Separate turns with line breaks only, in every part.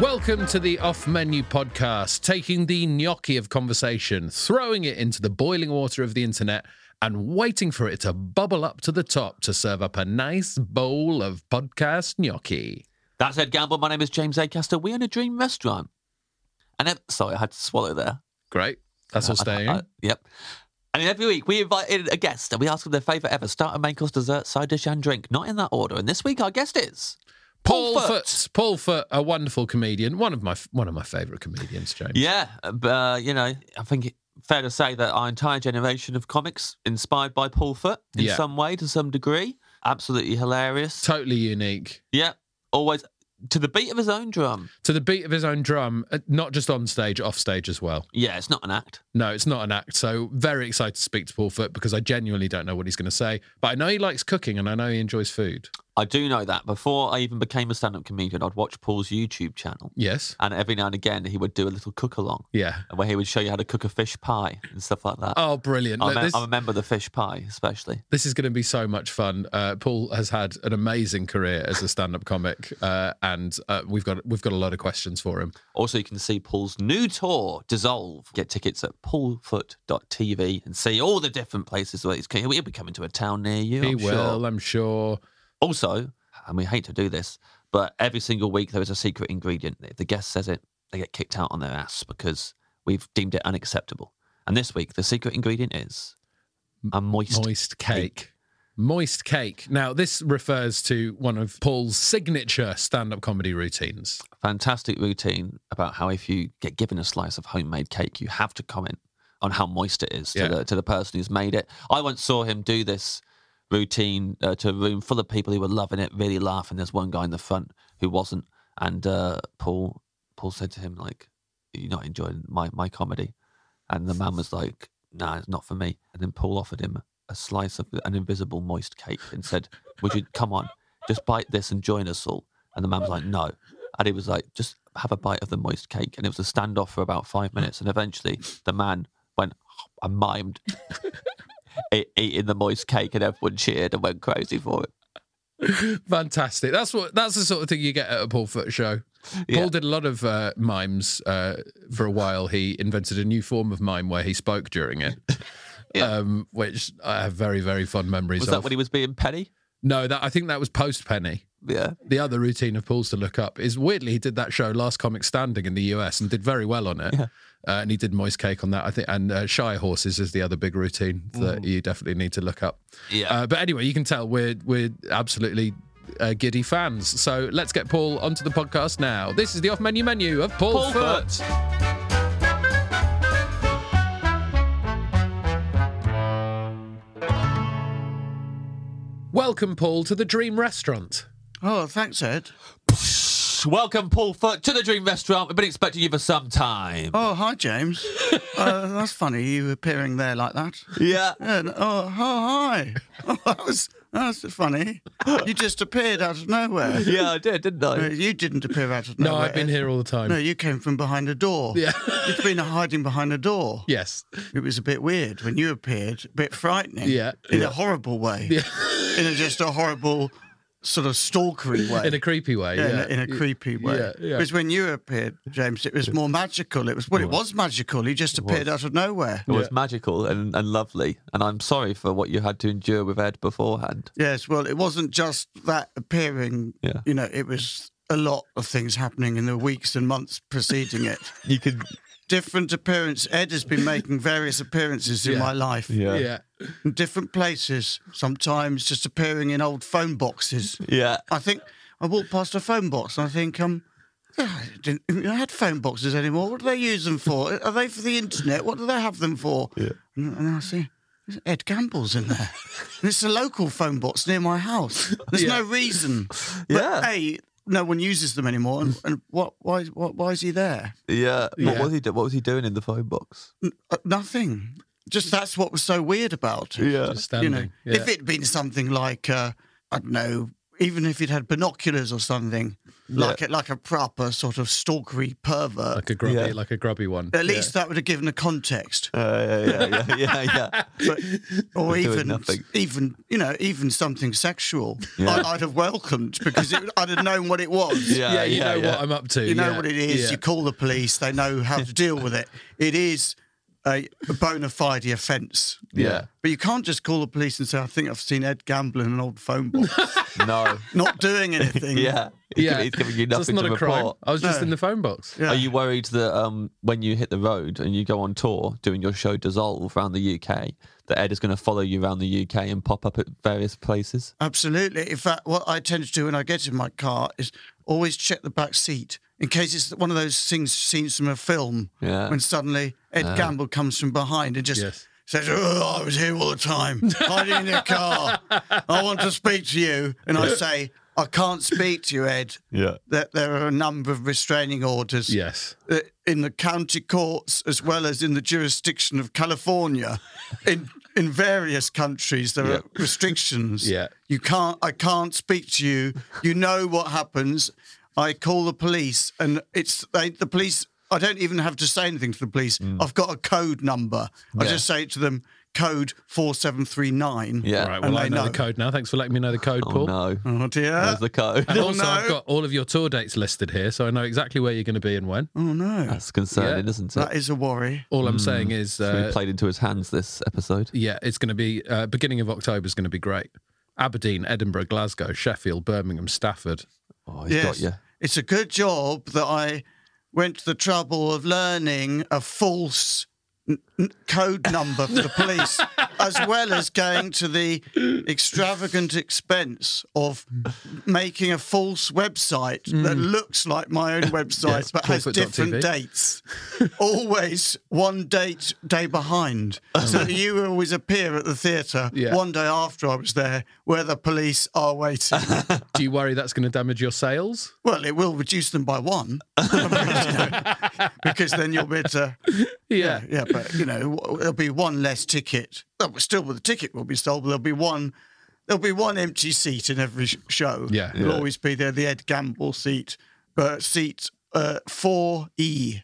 Welcome to the Off Menu Podcast, taking the gnocchi of conversation, throwing it into the boiling water of the internet, and waiting for it to bubble up to the top to serve up a nice bowl of podcast gnocchi.
That's Ed Gamble. My name is James Acaster. We own a dream restaurant. And ev- sorry, I had to swallow there.
Great. That's all staying.
I- I- yep. And every week we invite in a guest and we ask them their favourite ever starter, main course, dessert, side dish, and drink. Not in that order. And this week our guest is
Paul, Foot. Paul Foot, a wonderful comedian, one of my one of my favourite comedians, James.
Yeah, but uh, you know, I think it, fair to say that our entire generation of comics inspired by Paul Foot in
Yeah.
some way, to some degree. Absolutely hilarious.
Totally unique.
Yeah, always to the beat of his own drum.
To the beat of his own drum, uh, not just on stage, off stage as well.
Yeah, it's not an act.
No, it's not an act. So very excited to speak to Paul Foot because I genuinely don't know what he's going to say, but I know he likes cooking and I know he enjoys food.
I do know that. Before I even became a stand-up comedian, I'd watch Paul's YouTube channel,
Yes.
and every now and again he would do a little cook along,
Yeah.
where he would show you how to cook a fish pie and stuff like that.
Oh, brilliant!
I,
Look,
me-
this,
I remember the fish pie especially.
this is going to be so much fun. Uh, Paul has had an amazing career as a stand-up comic, uh, and uh, we've got we've got a lot of questions for him.
Also, you can see Paul's new tour, Dissolve. Get tickets at paulfoot.tv and see all the different places where he's coming. He'll be coming to a town near you.
he
I'm sure.
will, I'm sure.
Also, and we hate to do this, but every single week there is a secret ingredient. If the guest says it, they get kicked out on their ass because we've deemed it unacceptable. And this week, the secret ingredient is a moist,
Moist cake. Moist cake. Now, this refers to one of Paul's signature stand-up comedy routines.
Fantastic routine about how if you get given a slice of homemade cake, you have to comment on how moist it is to,
Yeah.
the, to the person who's made it. I once saw him do this routine uh, to a room full of people who were loving it, really laughing. There's one guy in the front who wasn't, and uh, Paul Paul said to him like, "You're not enjoying my my comedy," and the man was like, "Nah, it's not for me." And then Paul offered him a slice of an invisible moist cake and said, "Would you come on, just bite this and join us all?" And the man was like, "No," and he was like, "Just." Have a bite of the moist cake, and it was a standoff for about five minutes. And eventually, the man went and mimed e- eating the moist cake, and everyone cheered and went crazy for it.
Fantastic. That's what that's the sort of thing you get at a Paul Foot show.
Yeah.
Paul did a lot of uh, mimes uh, for a while. He invented a new form of mime where he spoke during it, um, which I have very very fond memories
Was
of.
that when he was being petty?
No, that I think that was post Penny.
Yeah.
The other routine of Paul's to look up is weirdly he did that show Last Comic Standing in the US and did very well on it. Uh, and he did moist cake on that, I think. And uh, shy horses is the other big routine that you definitely need to look up.
Yeah.
Uh, but anyway, you can tell we're we're absolutely uh, giddy fans. So let's get Paul onto the podcast now. This is the off menu menu of Paul,
Paul
Foot.
Foot.
Welcome, Paul, to the Dream Restaurant.
Oh, thanks, Ed.
Welcome, Paul Foot, to the Dream Restaurant. We've been expecting you for some time.
Oh, hi, James. uh, that's funny, you appearing there like that.
Yeah.
Yeah, n- oh, oh, hi. Oh, that was that was funny. You just appeared out of nowhere.
Yeah, I did, didn't
Uh,
I?
You didn't appear out of
No,
nowhere.
I've been
Ed.
here all the time.
No, you came from behind a door.
Yeah.
You've been hiding behind a door.
Yes.
It was a bit weird when you appeared, a bit frightening.
Yeah.
In a horrible way.
Yeah.
In a, just a horrible sort of stalkery way.
in a creepy way.
Yeah,
Yeah,
in, a, in a creepy way.
Yeah, yeah.
Because when you appeared, James, it was more magical. It was well, it was magical. He just appeared out of nowhere.
It was magical and, and lovely. And I'm sorry for what you had to endure with Ed beforehand.
Yes, well, it wasn't just that appearing.
Yeah.
You know, it was a lot of things happening in the weeks and months preceding it.
You could.
Different appearance. Ed has been making various appearances in
Yeah.
my life.
Yeah.
yeah.
In different places. Sometimes just appearing in old phone boxes.
Yeah.
I think I walked past a phone box and I think, um, I didn't I had phone boxes anymore. What do they use them for? Are they for the internet? What do they have them for? Yeah. And, and I see there's Ed Campbell's in there. and it's a local phone box near my house. There's no reason. But
Yeah.
A, no one uses them anymore. And, and what, why, what, why is he there?
Yeah. What
Yeah.
was he? Do- what was he doing in the phone box?
Uh, nothing. Just that's what was so weird about it.
Yeah.
Just standing.
You know,
yeah.
if it'd been something like uh, I don't know, even if he'd had binoculars or something, like a, like a proper sort of stalkery pervert,
like a grubby,
Yeah.
like a grubby one.
at least that would have given a context.
Uh, yeah, yeah, yeah, yeah, yeah.
But, or
Doing
even
nothing.
even you know even something sexual,
Yeah.
I, I'd have welcomed because it, I'd have known what it was.
Yeah,
yeah, you
yeah,
know
yeah.
what I'm up to.
You know
yeah,
what it is.
yeah.
You call the police. They know how to deal with it. It is a bona fide offence.
Yeah.
But you can't just call the police and say, "I think I've seen Ed Gamble in an old phone box."
No.
not doing anything.
Yeah.
yeah,
He's giving you
So that's
nothing
not
to
a
report.
crime. I was just
No.
in the phone box.
Yeah.
Are you worried that um, when you hit the road and you go on tour doing your show Dissolve around the UK, that Ed is going to follow you around the UK and pop up at various places?
Absolutely. In fact, what I tend to do when I get in my car is always check the back seat in case it's one of those things scenes from a film
Yeah. Uh-huh.
when suddenly Ed Gamble comes from behind and just
Yes.
says, "Oh, I was here all the time, hiding in your car. I want to speak to you," and I say. I can't speak to you, Ed.
Yeah.
There, there are a number of restraining orders.
Yes.
uh, in the county courts as well as in the jurisdiction of California. In in various countries, there are restrictions.
Yeah.
you can't. I can't speak to you. You know what happens. I call the police, and it's they, the police. I don't even have to say anything to the police. I've got a code number. I just say to them, code four seven three nine.
Yeah.
Right.
And
Well, I
they
know,
know.
the code now. Thanks for letting me know the code,
Oh,
Paul.
no.
Oh dear.
There's the code.
And also, I've
no.
got all of your tour dates listed here, so I know exactly where you're going to be and when.
Oh no.
That's concerning,
Yeah.
isn't it?
That is a worry.
All I'm
Mm.
saying is,
So we
uh,
played into his hands this episode.
yeah, it's going to be uh, beginning of October is going to be great. Aberdeen, Edinburgh, Glasgow, Sheffield, Birmingham, Stafford.
Oh, he's got you.
It's a good job that I went to the trouble of learning a false n- n- code number for the police, as well as going to the extravagant expense of making a false website that
Mm.
looks like my own website
Yes,
but has
corporate.tv.
different dates. always one date day behind.
Oh.
So that you always appear at the theatre
Yeah.
one day after I was there where the police are waiting.
Do you worry that's going to damage your sales?
Well, it will reduce them by one because then you'll be able to.
Yeah.
Yeah, but you know, there'll be one less ticket. Well, but still, the ticket will be sold, but there'll be one. There'll be one empty seat in every sh- show.
Yeah.
there'll
Yeah.
always be there. The Ed Gamble seat, uh, seat four E,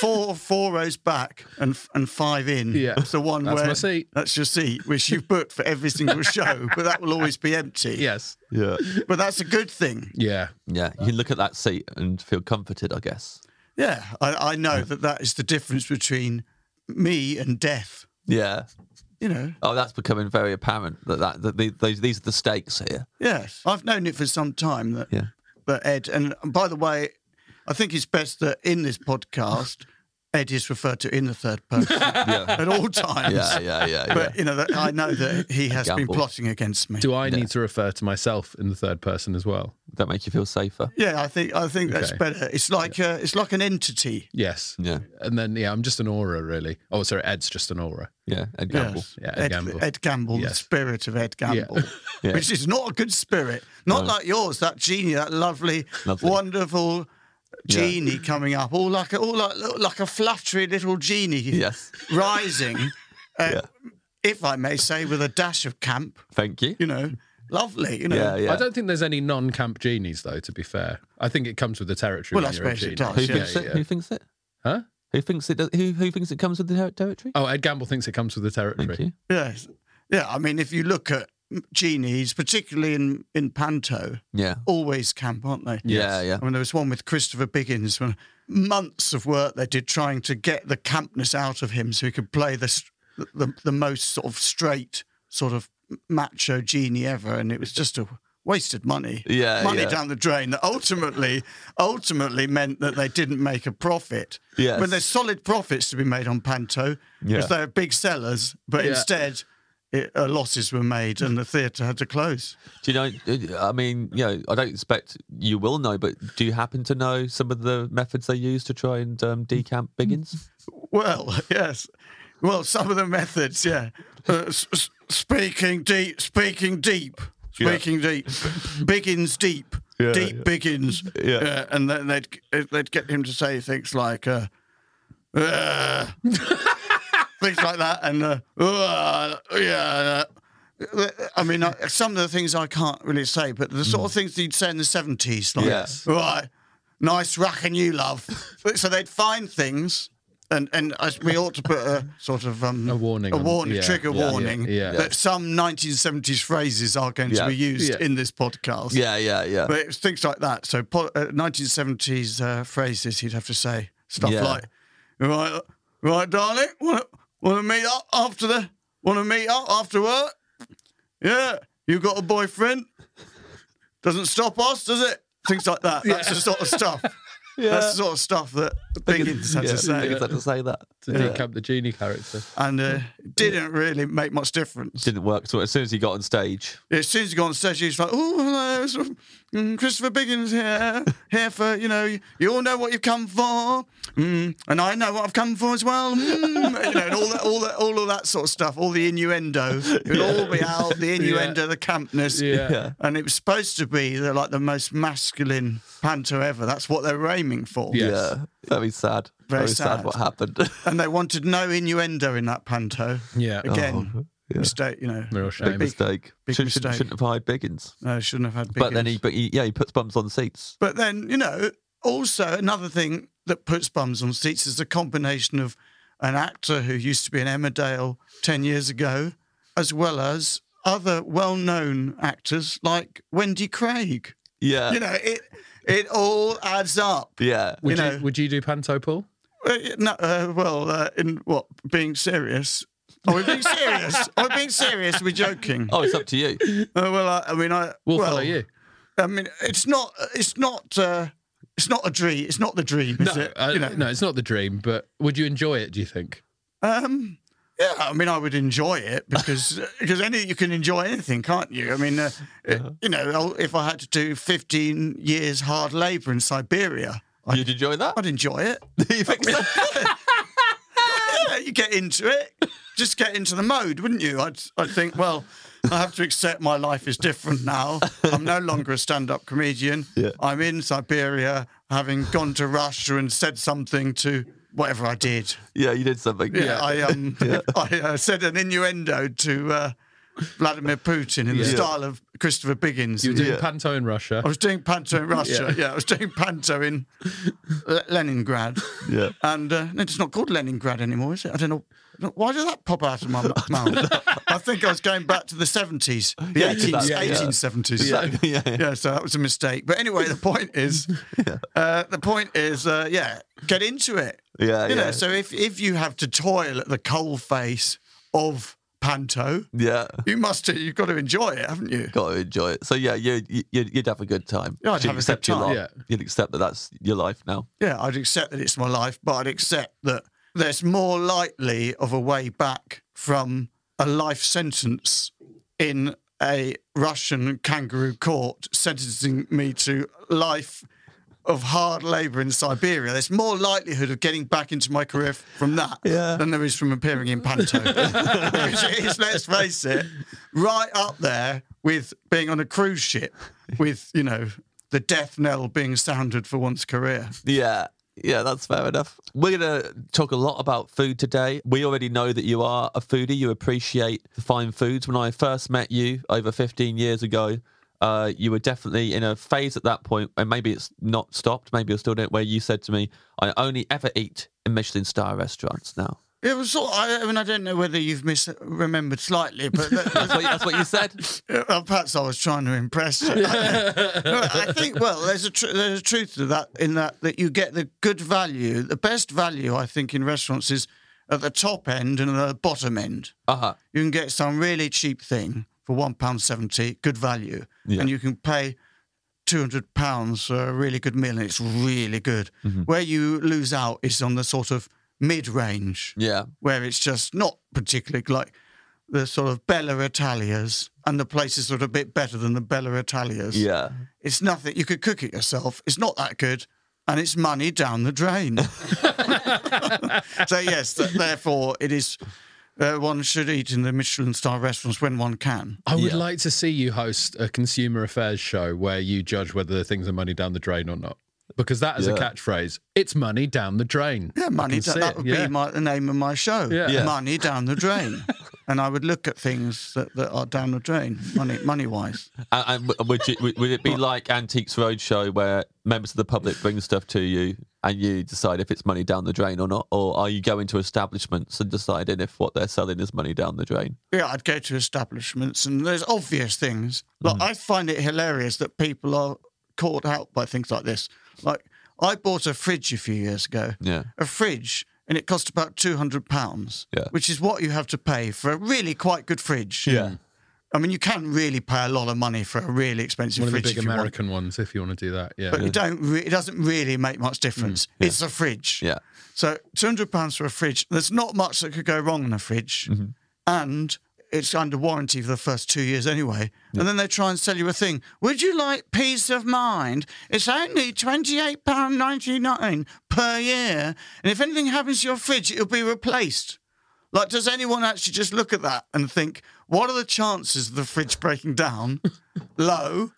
four four rows back and f- and five in.
Yeah.
it's the one
That's
where
my seat.
That's your seat, which you've booked for every single show, but that will always be empty.
Yes.
Yeah.
but that's a good thing.
Yeah.
Yeah. You can look at that seat and feel comforted, I guess.
Yeah, I, I know that that is the difference between me and death.
Yeah.
You know,
Oh, that's becoming very apparent that, that, that the, those, these are the stakes here.
yes, I've known it for some time that
Yeah.
that Ed. And by the way, I think it's best that in this podcast, Ed is referred to in the third person
Yeah.
at all times.
Yeah. Yeah. Yeah. yeah.
But you know, that I know that he has been
Gamble.
plotting against me.
Do I need to refer to myself in the third person as well?
That make you feel safer.
yeah, I think I think that's
Okay.
better. It's like uh, it's like an entity.
Yes.
Yeah.
And then, yeah, I'm just an aura, really. Oh, sorry, Ed's just an aura.
Yeah. And gamble.
Yes.
Yeah, Ed
Ed
Gamble.
Ed Gamble, the
Yes.
spirit of Ed Gamble,
Yeah.
which is not a good spirit. Not like yours, that genie, that lovely,
Lovely.
wonderful
Yeah.
genie coming up, all like a, all like, like a fluttery little genie
Yes.
rising, uh, if I may say, with a dash of camp.
Thank you.
You know, lovely. You know.
Yeah. Yeah.
I don't think there's any non camp genies, though, to be fair. I think it comes with the territory.
Well,
when
I
you're a
suppose
genie.
it does,
Who
yeah,
thinks it? Who thinks it?
Huh?
Who thinks it? Does, who who thinks it comes with the ter- territory?
Oh, Ed Gamble thinks it comes with the territory.
Thank you.
Yes. Yeah. I mean, if you look at genies, particularly in, in Panto,
Yeah.
always camp, aren't they?
Yeah, yeah.
I mean, there was one with Christopher Biggins when months of work they did trying to get the campness out of him so he could play the, s- the, the most sort of straight, sort of macho genie ever. And it was just a wasted money.
Yeah,
Money
yeah.
down the drain that ultimately, ultimately meant that they didn't make a profit.
Yes.
When there's solid profits to be made on Panto, because
Yeah.
they're big sellers, but
Yeah.
instead, it, uh, losses were made and the theatre had to close.
Do you know? uh, I mean, you know, I don't expect you will know, but do you happen to know some of the methods they use to try and um, decamp Biggins?
Well, yes. Well, some of the methods, yeah. Uh, s- s- speaking deep, speaking deep,
Yeah.
speaking deep, Biggins deep,
Yeah,
deep
yeah.
Biggins,
Yeah.
and then they'd uh, they'd get him to say things like, uh, uh, things like that, and uh, uh, yeah. uh, I mean, I- some of the things I can't really say, but the sort of things that you'd say in the seventies, like
Mm. Yes.
right, nice racking you love. so they'd find things, and and I, we ought to put a sort of um,
A warning
a
on-
warning,
yeah,
trigger
yeah,
warning
yeah, yeah.
that some 1970s phrases are going
Yeah.
to be used
Yeah.
in this podcast.
Yeah, yeah, yeah.
But it's things like that. So po- uh, 1970s uh, phrases he'd have to say stuff
Yeah.
like, "Right, right, darling, want to meet up after the want to meet up after work? Yeah, you got a boyfriend? Doesn't stop us, does it? Things like that. That's the sort of stuff. That's the sort of stuff that Biggins had
yeah,
to say, uh,
Biggins had to say that.
to decamp the genie character.
and uh, didn't really make much difference.
Didn't work. So as soon as he got on stage,
As soon as he got on stage, he's like, "Oh, hello, it's, mm, Christopher Biggins here, here for you know, you all know what you've come for, mm, and I know what I've come for as well, mm, you know, and all that, all that, all of that sort of stuff, all the innuendo, it'll all be out, the innuendo, the campness,
Yeah.
and it was supposed to be the, like the most masculine panto ever. That's what they were aiming for,
Yes.
yeah, very sad.
Very
Very, sad.
sad.
what happened.
and they wanted no innuendo in that panto.
Yeah.
again,
Oh, yeah.
mistake, you know,
Real shame.
Big mistake.
big
Shouldn't- shouldn't-
mistake.
Shouldn't have hired Biggins.
no, shouldn't have had. Biggins.
But then he, but he, yeah, he puts bums on seats.
But then, you know, also another thing that puts bums on seats is the combination of an actor who used to be in Emmerdale 10 years ago, as well as other well known actors like Wendy Craig.
Uh,
Yeah,
You know, it it all adds up.
yeah,
Would you,
you know-
would you do Panto Paul?
Uh, No, uh, well, uh, in what, being serious? Are we being serious? Are we being serious? We're joking.
Oh, it's up to you.
Uh, well, I, I mean, I
We'll,
well,
follow you.
I mean, it's not, it's not, uh, it's not a dream. It's not the dream, is
no,
it?
I-
You know?
no, it's not the dream, but would you enjoy it? Do you think?
Um, yeah, I mean, I would enjoy it because because any you can enjoy anything, can't you? I mean, uh, you know, I'll- if I had to do fifteen years hard labour in Siberia, I'd,
You'd enjoy that?
I'd enjoy it.
you think so?
Yeah, you get into it, just get into the mode, wouldn't you? I'd I'd think, well, I have to accept my life is different now. I'm no longer a stand-up comedian.
Yeah.
I'm in Siberia, having gone to Russia and said something to whatever I did.
Yeah, you did something.
Yeah, I um, I uh, said an innuendo to uh, Vladimir Putin in the
Yeah.
style of Christopher Biggins.
You were doing
Yeah.
Panto in Russia.
I was doing panto in Russia. Yeah, I was doing panto in Le- Leningrad.
Yeah.
and uh, no, it's not called Leningrad anymore, is it? I don't know. Why did that pop out of my m- mouth? I think I was going back to the 70s, the
Yeah,
18,
that's- yeah, yeah.
1870s.
Exactly, yeah, yeah.
yeah, so that was a mistake. But anyway, the point is, uh, the point is, uh, yeah, get into it.
Yeah,
You
Uh, yeah.
know, so if if you have to toil at the coal face of panto,
Yeah.
you must you've got to enjoy it, haven't you?
Got to enjoy it. So yeah, you, you you'd you'd have a good time.
Yeah, I'd
You'd
have a
accept
good
your
time.
lot. You'd accept that that's your life now.
Yeah, I'd accept that it's my life, but I'd accept that there's more likely of a way back from a life sentence in a Russian kangaroo court sentencing me to life of hard labour in Siberia. There's more likelihood of getting back into my career f- from that
Yeah.
than there is from appearing in Panto. Which is, let's face it, right up there with being on a cruise ship, with, you know, the death knell being sounded for one's career.
Yeah. Yeah, that's fair enough. We're going to talk a lot about food today. We already know that you are a foodie. You appreciate fine foods. When I first met you over 15 years ago, uh, you were definitely in a phase at that point, and maybe it's not stopped. Maybe you're still doing it, where you said to me, I only ever eat in Michelin star restaurants now.
It was sort. I I mean, I don't know whether you've misremembered slightly, but that-
That's what, that's what you said.
uh, perhaps I was trying to impress you. I think. Well, there's a tr- there's a truth to that in that that you get the good value, the best value, I think, in restaurants is at the top end and the bottom end.
Uh huh.
you can get some really cheap thing for one pound seventy, good value,
Yeah.
and you can pay two hundred pounds for a really good meal, and it's really good.
Mm-hmm.
Where you lose out is on the sort of mid range,
Yeah.
where it's just not particularly like the sort of Bella Italias and the places that are a bit better than the Bella Italias.
Yeah.
It's nothing. You could cook it yourself. It's not that good, and it's money down the drain. so yes, th- therefore it is. Uh, one should eat in the Michelin star restaurants when one can.
I would
Yeah.
like to see you host a consumer affairs show where you judge whether things are money down the drain or not. Because that is a
Yeah.
catchphrase. It's money down the drain.
Yeah, money.
can
That,
see
that
it,
would
yeah.
be my, the name of my show.
Yeah. Yeah.
Money down the drain. and I would look at things that, that are down the drain, money money wise.
And, and w- would, you, would would it be like Antiques Roadshow where members of the public bring stuff to you and you decide if it's money down the drain or not? Or are you going to establishments and deciding if what they're selling is money down the drain?
Yeah, I'd go to establishments, and there's obvious things. Like
Mm.
I find it hilarious that people are caught out by things like this. Like I bought a fridge a few years ago.
Yeah.
a fridge, and it cost about two hundred pounds.
Yeah.
which is what you have to pay for a really quite good fridge.
Yeah.
I mean you can really pay a lot of money for a really expensive
One of the
fridge
big
if you want,
American ones, if you want to do that. Yeah.
but you don't. Re- it doesn't really make much difference. It's a fridge.
Mm. Yeah.
So two hundred pounds for a fridge. There's not much that could go wrong in a fridge,
Mm-hmm.
and it's under warranty for the first two years anyway. And then they try and sell you a thing. Would you like peace of mind? It's only twenty eight pound ninety nine per year, and if anything happens to your fridge, it'll be replaced. Like, does anyone actually just look at that and think, what are the chances of the fridge breaking down? Low.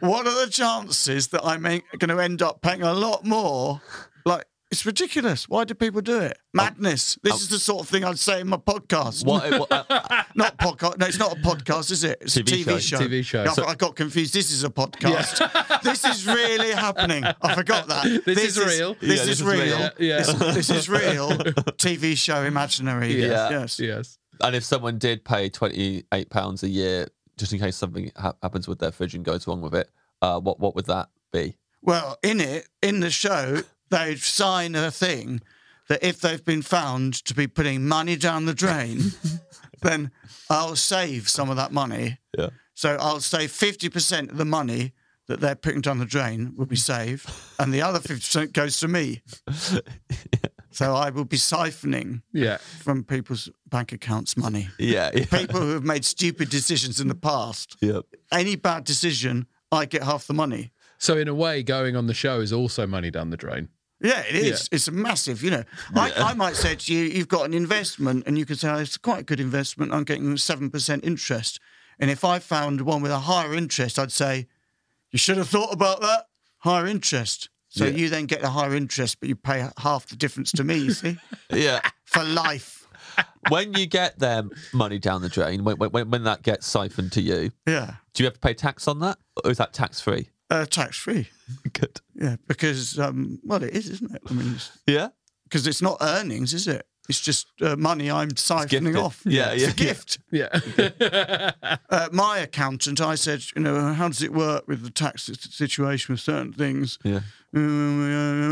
What are the chances that I'm going to end up paying a lot more? Like, it's ridiculous. Why do people do it? Madness. This is the sort of thing I'd say in my podcast.
What, what, uh,
Not podcast. No, it's not a podcast, is it? It's
TV
a TV
show.
show.
TV show.
Yeah, I, I got confused. This is a podcast. this is really happening. I forgot that.
This is real.
This,
Yeah,
is, real.
Yeah, yeah.
This, this is real. TV show imaginary.
Yeah.
Yes.
Yes.
and if someone did pay £28 a year just in case something ha- happens with their fridge and goes wrong with it, uh, what, what would that be?
Well, in it, in the show, they sign a thing that if they've been found to be putting money down the drain, then I'll save some of that money.
Yeah.
So I'll say 50% of the money that they're putting down the drain will be saved, and the other 50% goes to me. So I will be siphoning
Yeah.
from people's bank accounts money.
Yeah. Yeah.
People who have made stupid decisions in the past,
yeah.
any bad decision, I get half the money.
So in a way, going on the show is also money down the drain.
Yeah, it is. It's a massive, you know. I, I might say to you, you've got an investment, and you can say, oh, it's quite a good investment. I'm getting 7% interest. And if I found one with a higher interest, I'd say, you should have thought about that. Higher interest. So you then get the higher interest, but you pay half the difference to me, you see,
yeah.
for life.
when you get their money down the drain, when, when, when that gets siphoned to you,
Yeah.
do you have to pay tax on that, or is that tax free?
Uh, tax free.
Good.
Yeah. Because, um, well, it is, isn't it? I mean, it's-
Yeah.
because it's not earnings, is it? It's just uh, money I'm
gifted.
siphoning off.
Yeah,
It's
yeah.
a gift.
Yeah.
uh, my accountant, I said, you know, how does it work with the tax s- situation with certain things?
Yeah.
Um,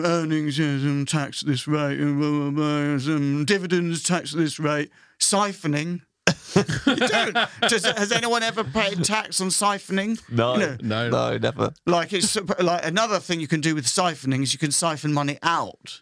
uh, earnings yes, um, tax at this rate, and blah, blah, blah, yes, um, dividends tax at this rate, siphoning. you don't. Does, has anyone ever paid tax on siphoning?
No.
You know,
No.
No. Never.
like it's like another thing you can do with siphoning is you can siphon money out.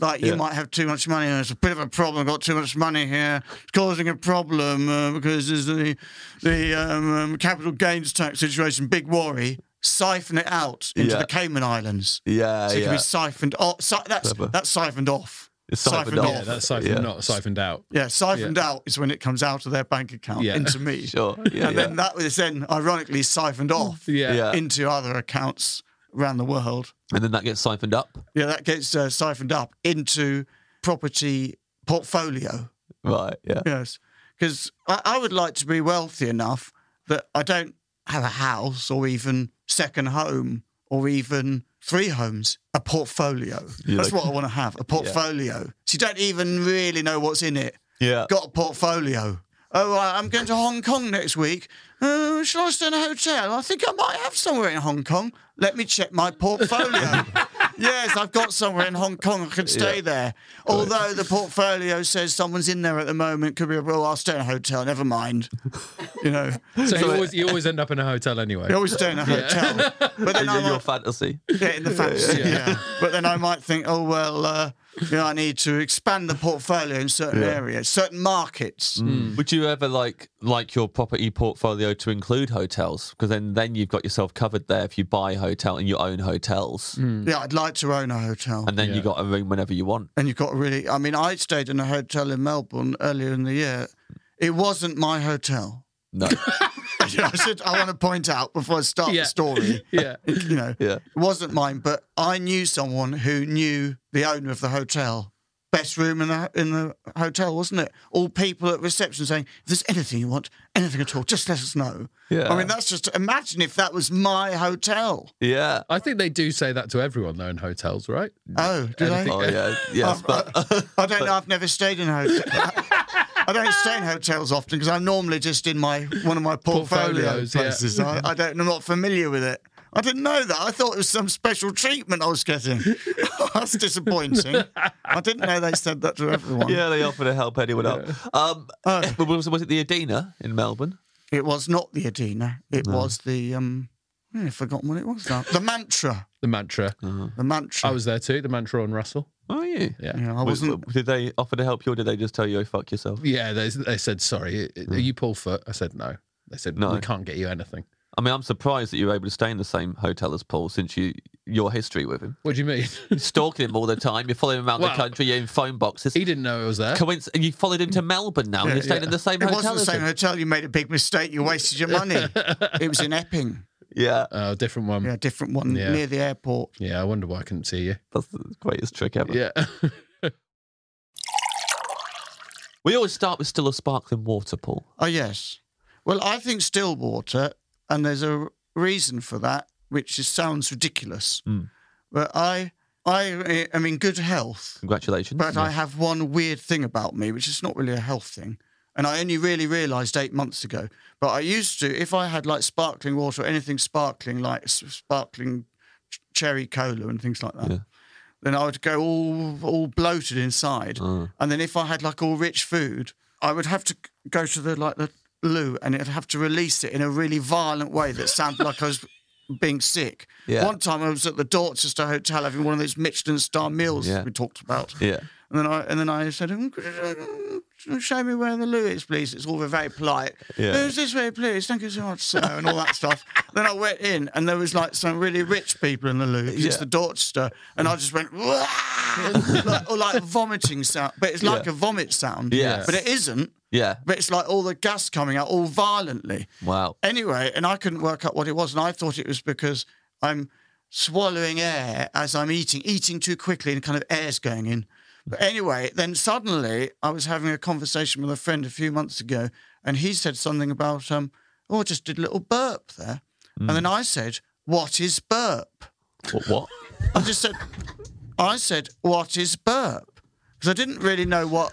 like you might have too much money. There's a bit of a problem. I've got too much money here. It's causing a problem uh, because there's the the um, um, capital gains tax situation. Big worry. Siphon it out into
Yeah.
the Cayman Islands.
Yeah.
So it can
yeah.
be siphoned off. Si- that's
Clever.
that's siphoned off.
It's siphoned off.
Yeah, that's siphoned,
Yeah.
not siphoned out.
Yeah, siphoned out is when it comes out of their bank account
Yeah.
into me.
Sure. Yeah.
And
yeah.
then that was then ironically siphoned off
Yeah.
Yeah.
into other accounts around the world.
and then that gets siphoned up.
Yeah, that gets uh, siphoned up into property portfolio.
Right. Yeah.
Yes, because I, I would like to be wealthy enough that I don't have a house or even second home or even three homes, a portfolio.
You
That's
like-
what I want to have a portfolio. So you don't even really know what's in it.
Yeah.
Got a portfolio. Oh, right, I'm going to Hong Kong next week. Uh, shall I stay in a hotel? I think I might have somewhere in Hong Kong. Let me check my portfolio. yes, I've got somewhere in Hong Kong. I can stay there. Although the portfolio says someone's in there at the moment. Could be, well, I'll stay in a hotel. Never mind. You know,
So, you, always, you always end up in a hotel anyway.
you always stay in a hotel. But then
In your,
I'm
your fantasy.
yeah, in the fantasy, yeah. But then I might think, oh well, uh, you know, I need to expand the portfolio in certain areas, certain markets.
Hmm.
Would you ever like like your property portfolio to include hotels? Because then then you've got yourself covered there if you buy a hotel and you own hotels,
Yeah, I'd like to own a hotel.
Mm. and then
Hmm. Yeah.
you got a room whenever you want.
And you've got to really, I mean, I stayed in a hotel in Melbourne earlier in the year. It wasn't my hotel.
No,
I should, I want to point out before I start
Yeah.
the story.
Yeah.
You know,
Yeah.
it wasn't mine, but I knew someone who knew the owner of the hotel. Best room in the in the hotel, wasn't it? All people at reception saying, "If there's anything you want, anything at all, just let us know."
Yeah.
I mean, that's just imagine if that was my hotel.
yeah,
I think they do say that to everyone though in hotels, right?
Oh, did I?
oh yeah, yes, but
I don't know. I've never stayed in a hotel. I don't stay in hotels often because I'm normally just in my one of my portfolio
Portfolios, yeah.
places. I, I don't. I'm not familiar with it. I didn't know that. I thought it was some special treatment I was getting. That's disappointing. I didn't know they said that to everyone. Oh,
yeah, they offer to help anyone up. Um, but was, was it the Adena in Melbourne?
It was not the Adena. It was the um. yeah, I've forgotten what it was now. The mantra.
The mantra.
The mantra.
I was there too. The mantra on Russell.
Oh, you?
Yeah.
Yeah, I
Was-
wasn't.
Did they offer to help you, or did they just tell you, "Oh, fuck yourself"?
Yeah, they, they said sorry. Are you Paul Foot? I said no. They said
Hmm. No.
we can't get you anything.
I mean, I'm surprised that you were able to stay in the same hotel as Paul since you your history with him.
What do you mean?
You're stalking him all the time. You're following him around
Well,
the country. You're in phone boxes.
he didn't know it was there.
Coinc- and you followed him to Melbourne now. and you stayed in the same
It
hotel.
wasn't the
as
same
him.
hotel. You made a big mistake. You wasted your money. it was in Epping.
Yeah,
Oh, different one.
Yeah,
Yeah.
a different one
Yeah.
near the airport.
I wonder why I couldn't see you.
that's the greatest trick ever.
Yeah.
We always start with still a sparkling water, Paul.
Oh, yes. Well, I think Stillwater, and there's a reason for that, which is, sounds ridiculous. But I, I am in good health,
Congratulations.
but I have one weird thing about me, which is not really a health thing. And I only really realised eight months ago. But I used to, if I had like sparkling water or anything sparkling, like s- sparkling ch- cherry cola and things like that, then I would go all all bloated inside.
Mm.
And then if I had like all rich food, I would have to go to the like the loo and it'd have to release it in a really violent way that sounded like I was being sick.
Yeah.
One time I was at the Dorchester Hotel having one of those Michelin star meals
Yeah.
we talked about.
Yeah.
And then I and then I said, "Um, could you, uh, "Show me where the loo is, please." It's all very polite.
Yeah.
"There's this way, please. Thank you so much, sir," and all that stuff. then I went in, and there was like some really rich people in the loo. 'cause
Yeah.
It's the Dorchester, and I just went, "Wah!" like, or like vomiting sound, but it's like
Yeah.
a vomit sound.
Yes.
but it isn't.
Yeah.
But it's like all the gas coming out, all violently.
Wow.
Anyway, and I couldn't work out what it was, and I thought it was because I'm swallowing air as I'm eating, eating too quickly, and kind of air's going in. But anyway, then suddenly I was having a conversation with a friend a few months ago, and he said something about, um, "Oh, I just did a little burp there," and then I said, "What is burp?"
What? what?
I just said, I said, what is burp? Because I didn't really know what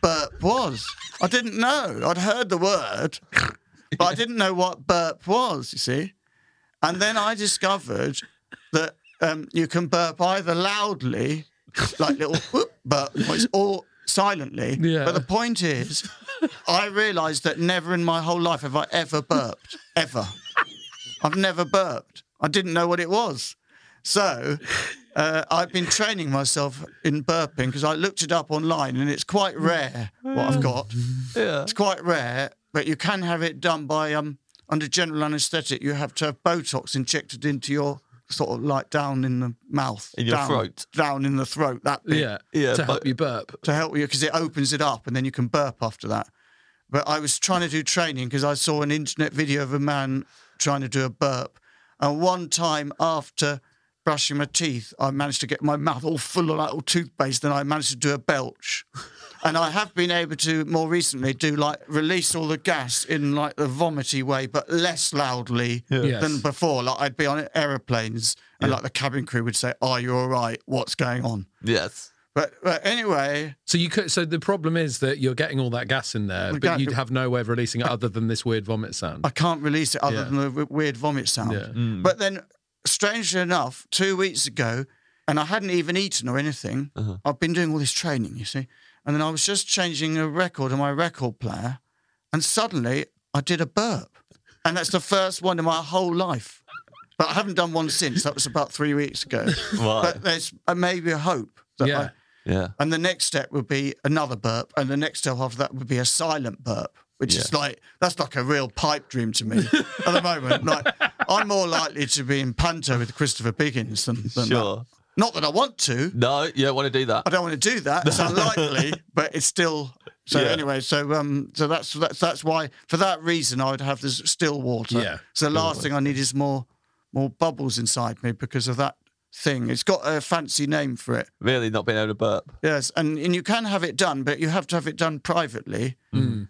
burp was. I didn't know. I'd heard the word, but I didn't know what burp was, you see. And then I discovered that um, you can burp either loudly, like little whoop burp noise, or silently.
Yeah.
But the point is, I realised that never in my whole life have I ever burped, ever. I've never burped. I didn't know what it was. So uh, I've been training myself in burping because I looked it up online and it's quite rare what I've got.
Yeah.
It's quite rare, but you can have it done by um under general anaesthetic. You have to have Botox injected into your sort of like down in the mouth,
In your
down-
throat.
down in the throat. That bit
Yeah.
Yeah,
To help
but-
you burp.
to help you because it opens it up and then you can burp after that. But I was trying to do training because I saw an internet video of a man trying to do a burp. And one time after brushing my teeth, I managed to get my mouth all full of like all toothpaste. Then I managed to do a belch. And I have been able to more recently do like release all the gas in like the vomity way, but less loudly
Yes.
than before. Like I'd be on aeroplanes And like the cabin crew would say, "Are you all right? What's going on?"
Yes.
But, but anyway,
So you could. So the problem is that you're getting all that gas in there,
We
but
can't-
you'd have no way of releasing it other than this weird vomit sound.
I can't release it other
Yeah.
than the w- weird vomit sound.
Yeah. Mm.
But then, strangely enough, two weeks ago, and I hadn't even eaten or anything,
Uh-huh.
I've been doing all this training, you see. And then I was just changing a record on my record player, and suddenly I did a burp. And that's the first one in my whole life. But I haven't done one since. That was about three weeks ago. But there's uh, maybe a hope that
Yeah.
I,
Yeah.
and the next step would be another burp, and the next step after that would be a silent burp, which is like that's like a real pipe dream to me at the moment. Like I'm more likely to be in panto with Christopher Biggins than, than that.
Sure.
Not that I want to.
No, you don't want to do that.
I don't want to do that. It's unlikely, but it's still. So
Yeah.
anyway, so um, so that's that's that's why for that reason I would have this still water.
Yeah,
So the last thing I need is more more bubbles inside me because of that thing. It's got a fancy name for it.
Really not being able to burp.
Yes, and, and you can have it done, but you have to have it done privately,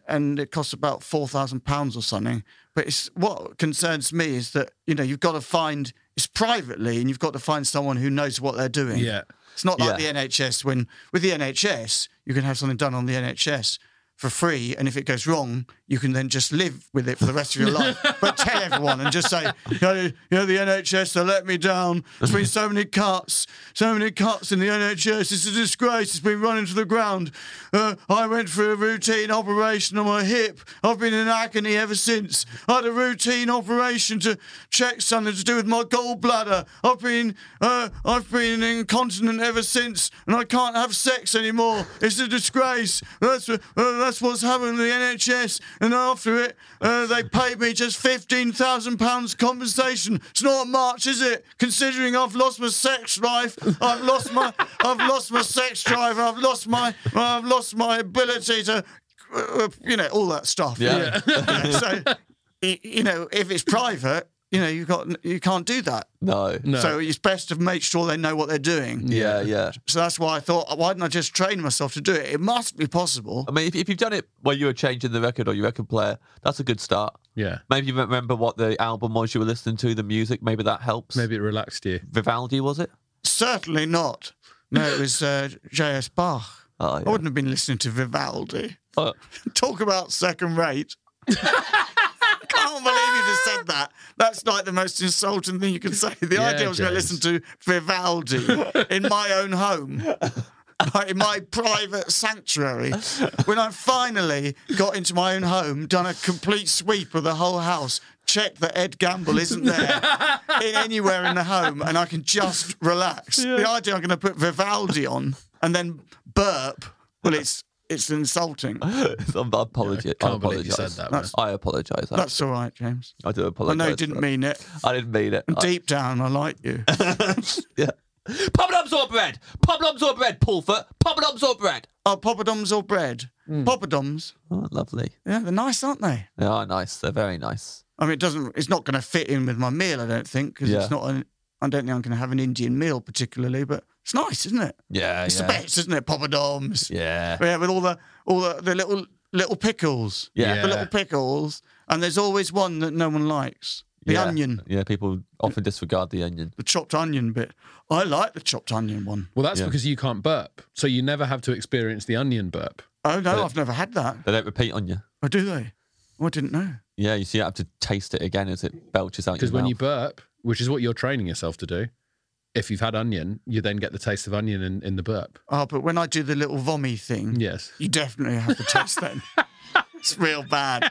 and it costs about four thousand pounds or something. But it's what concerns me is that you know you've got to find it's privately, and you've got to find someone who knows what they're doing.
Yeah.
it's not like
Yeah.
the NHS. When with the NHS, you can have something done on the NHS for free, and if it goes wrong, you can then just live with it for the rest of your life. But tell everyone and just say, you know, you know, the NHS, they let me down. There's been so many cuts, so many cuts in the NHS. It's a disgrace. It's been running to the ground. Uh, I went for a routine operation on my hip. I've been in agony ever since. I had a routine operation to check something to do with my gallbladder. I've been, uh, I've been incontinent ever since, and I can't have sex anymore. It's a disgrace. That's uh, that's what's happened to the NHS. And after it, uh, they paid me just fifteen thousand pounds compensation. It's not much, is it? Considering I've lost my sex life, I've lost my, I've lost my sex drive, I've lost my, I've lost my ability to, uh, you know, all that stuff.
Yeah.
so, y- you know, if it's private, you know, you got you can't do that.
No.
No.
So it's best to make sure they know what they're doing.
Yeah, yeah.
So that's why I thought, why didn't I just train myself to do it? It must be possible.
I mean, if, if you've done it when you were changing the record or your record player, that's a good start.
yeah.
Maybe you remember what the album was you were listening to, the music. Maybe that helps.
Maybe it relaxed you.
Vivaldi was it?
Certainly not. No, it was uh, J.S. Bach.
Oh,
I wouldn't have been listening to Vivaldi.
Uh,
Oh,
Talk about second rate. Can't believe you just said that. That's like the most insulting thing you can say. The
Yeah,
idea I was going to
James.
listen to Vivaldi in my own home, like in my private sanctuary. When I finally got into my own home, done a complete sweep of the whole house, checked that Ed Gamble isn't there in anywhere in the home, and I can just relax. The idea I'm going to put Vivaldi on and then burp. Well, it's it's insulting.
I'm, I apologize. I
Can't believe you
apologize.
said that. Man.
I apologize. I,
That's all right, James.
I do
I
apologize.
know you didn't mean it.
I didn't mean it. I-
Deep down, I like you.
yeah. Poppadoms or bread? Poppadoms or bread, Paulfoot? Poppadoms or bread?
oh, poppadoms or bread?
Hmm.
Poppadoms?
Oh, lovely.
Yeah, they're nice, aren't they?
They are nice. They're very nice.
I mean, it doesn't. It's not going to fit in with my meal, I don't think, because
Yeah.
it's not. An, I don't think I'm going to have an Indian meal particularly, but it's nice, isn't it?
Yeah,
It's
yeah.
the best, isn't it? Poppadoms.
Yeah.
Yeah, with all the all the, the little little pickles.
Yeah.
The little pickles, and there's always one that no one likes. The
yeah.
onion,
Yeah, people often disregard the onion.
the chopped onion bit. I like the chopped onion one.
Well, that's
Yeah.
because you can't burp, so you never have to experience the onion burp.
Oh no, I've never had that.
They don't repeat on you.
Oh, do they? Oh, I didn't know.
Yeah, you see, you have to taste it again as it belches out.
Because
Your
when you
mouth.
burp, which is what you're training yourself to do, if you've had onion, you then get the taste of onion in, in the burp.
Oh, but when I do the little vommy thing,
Yes.
you definitely have to taste that. it's real bad.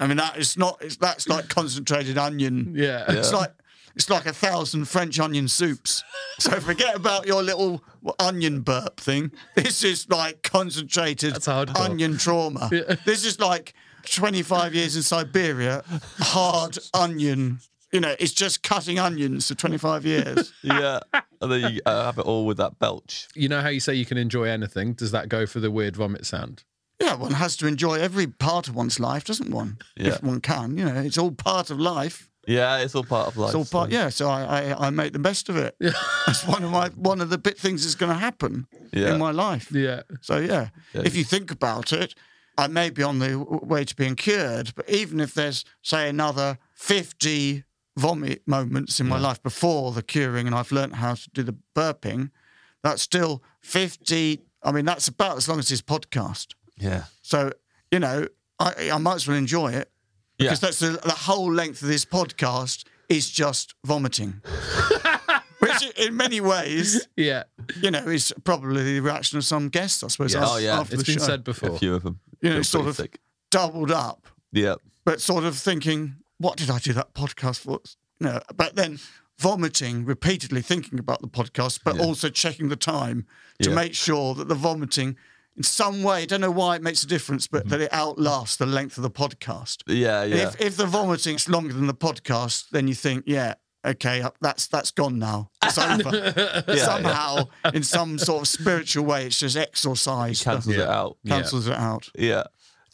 I mean, that is not. It's, that's like concentrated onion.
Yeah.
It's like it's like a thousand French onion soups. So forget about your little onion burp thing. This is like concentrated
That's hardcore.
onion trauma. This is like 25 years in Siberia, hard onion. You know, it's just cutting onions for 25 years.
yeah, and then you uh, have it all with that belch.
You know how you say you can enjoy anything? Does that go for the weird vomit sound?
Yeah, one has to enjoy every part of one's life, doesn't one?
Yeah.
If one can, you know, it's all part of life.
Yeah, it's all part of life.
It's all part.
so-
Yeah, so I, I, I make the best of it. That's one of my one of the bit things that's going to happen
Yeah.
in my life.
Yeah.
So yeah,
Yeah.
if you think about it, I may be on the w- way to being cured. But even if there's say another fifty vomit moments in my life before the curing and I've learnt how to do the burping, that's still 50. I mean, that's about as long as this podcast.
Yeah.
So, you know, I, I might as well enjoy it
Yeah.
because that's the, the whole length of this podcast is just vomiting. Which, in many ways,
Yeah.
you know, is probably the reaction of some guests, I suppose.
Yeah.
af-
Oh, yeah.
after
It's
the
been
show.
said
a
before.
few of them.
You know,
Feel
sort
pretty
of-
sick.
doubled up,
Yeah.
but sort of thinking, what did I do that podcast for? No, but then vomiting repeatedly, thinking about the podcast, but also checking the time to
Yeah.
make sure that the vomiting, in some way, I don't know why it makes a difference, but that it outlasts the length of the podcast.
Mm-hmm. Yeah.
And
Yeah.
If, if the vomiting's longer than the podcast, then you think, yeah, okay, uh, that's that's gone now. It's over.
yeah.
Somehow, in some sort of spiritual way, it's just exorcised.
Cancels it
Yeah.
out.
Yeah.
cancels it out.
Yeah.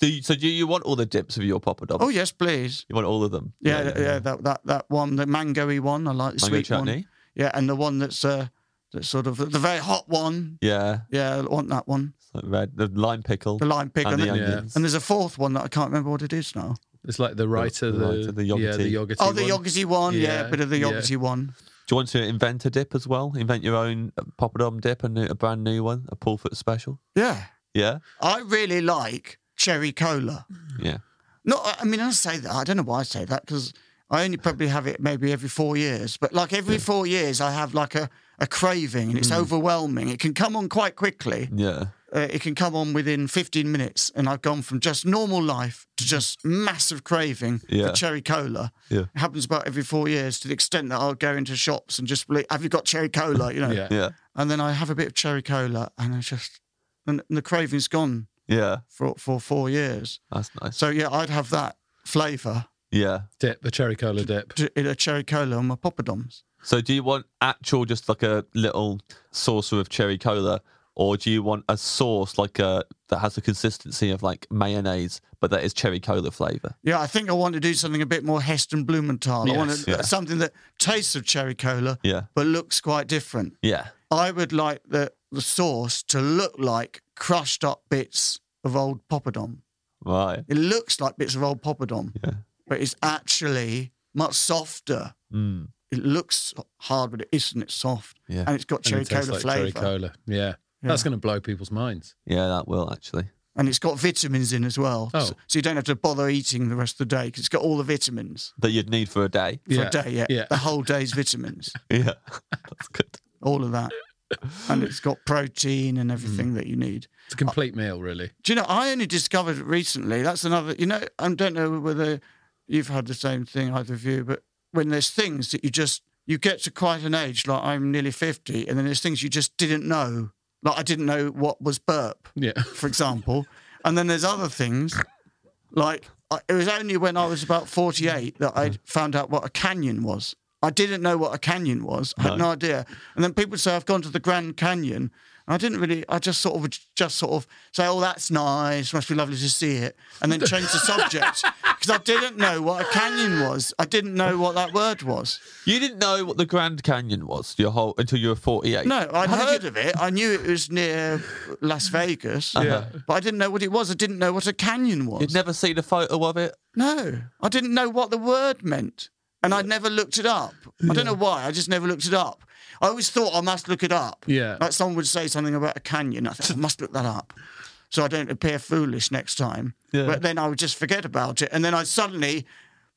Do you, so do you want all the dips of your poppadoms?
Oh yes, please.
You want all of them?
Yeah, yeah, that that that one, the mangoy one, I like
Mango
the sweet one.
chutney?
Yeah, and the one that's uh, that's sort of the very hot one.
Yeah.
Yeah, I want that one.
It's like red. The lime pickle.
The lime pick,
and
and,
the
then-
onion.
onions.
and there's a fourth one that I can't remember what it is now.
It's like the writer,
the
the,
writer, the
yeah, the
yogurty.
yogurty.
oh, the
one.
yogurty one. Yeah,
Yeah,
a bit of the
yeah.
yogurty one.
Do you want to invent a dip as well? Invent your own poppadom dip, a, new, a brand new one, a Paul Foot special?
Yeah,
Yeah.
I really like cherry cola.
Yeah.
Mm.
No, I I mean I say that. I don't know why I say that because I only probably have it maybe every four years. But like every four years, I have like a, a craving and it's overwhelming. It can come on quite quickly.
Yeah.
Uh, it can come on within 15 minutes, and I've gone from just normal life to just massive craving
Yeah.
for cherry cola.
Yeah.
It happens about every four years to the extent that I'll go into shops and just be, have you got cherry cola? You know,
Yeah.
Yeah.
and then I have a bit of cherry cola, and I just and, and the craving's gone
Yeah.
for for four years.
That's nice.
So yeah, I'd have that flavour.
yeah.
Dip, the cherry cola dip.
to- in a cherry cola on my poppadoms.
So do you want actual just like a little saucer of cherry cola or do you want a sauce like a that has the consistency of like mayonnaise but that is cherry cola flavor?
Yeah, I think I want to do something a bit more Heston Blumenthal. I want
Yes.
to,
Yeah.
something that tastes of cherry cola,
Yeah.
but looks quite different.
Yeah.
I would like the, the sauce to look like crushed up bits of old poppadom.
Right.
It looks like bits of old poppadom,
Yeah.
but it's actually much softer.
Mm.
It looks hard, but it isn't. It's soft,
Yeah.
and it's got cherry
and it tastes
cola
like
flavour,
cherry cola. Yeah. That's going to blow people's minds.
Yeah, that will actually.
and it's got vitamins in as well.
Oh.
So, so you don't have to bother eating the rest of the day because it's got all the vitamins.
That you'd need for a day.
for
Yeah,
a day. Yeah.
yeah.
The whole day's vitamins,
Yeah. That's good.
all of that. And it's got protein and
Mm.
everything that you need.
It's a complete meal, really.
Do you know, I only discovered it recently. That's another, you know, I don't know whether you've had the same thing, either of you, but when there's things that you just, you get to quite an age, like I'm nearly 50, and then there's things you just didn't know. Like I didn't know what was burp,
Yeah.
for example. and then there's other things, like I, it was only when I was about 48 that I found out what a canyon was. I didn't know what a canyon was. I had no idea. And then people would say, I've gone to the Grand Canyon. And I didn't really, I just sort of would just sort of say, oh, that's nice. Must be lovely to see it. And then change the subject because I didn't know what a canyon was. I didn't know what that word was.
You didn't know what the Grand Canyon was your whole until you were 48.
No, I'd heard of it. I knew it was near Las Vegas.
Yeah.
But I didn't know what it was. I didn't know what a canyon was.
You'd never seen a photo of it.
No, I didn't know what the word meant. And I'd never looked it up. I don't know why. I just never looked it up. I always thought I must look it up.
Yeah.
Like someone would say something about a canyon. I thought, I must look that up. So I don't appear foolish next time.
Yeah.
But then I would just forget about it. And then I'd suddenly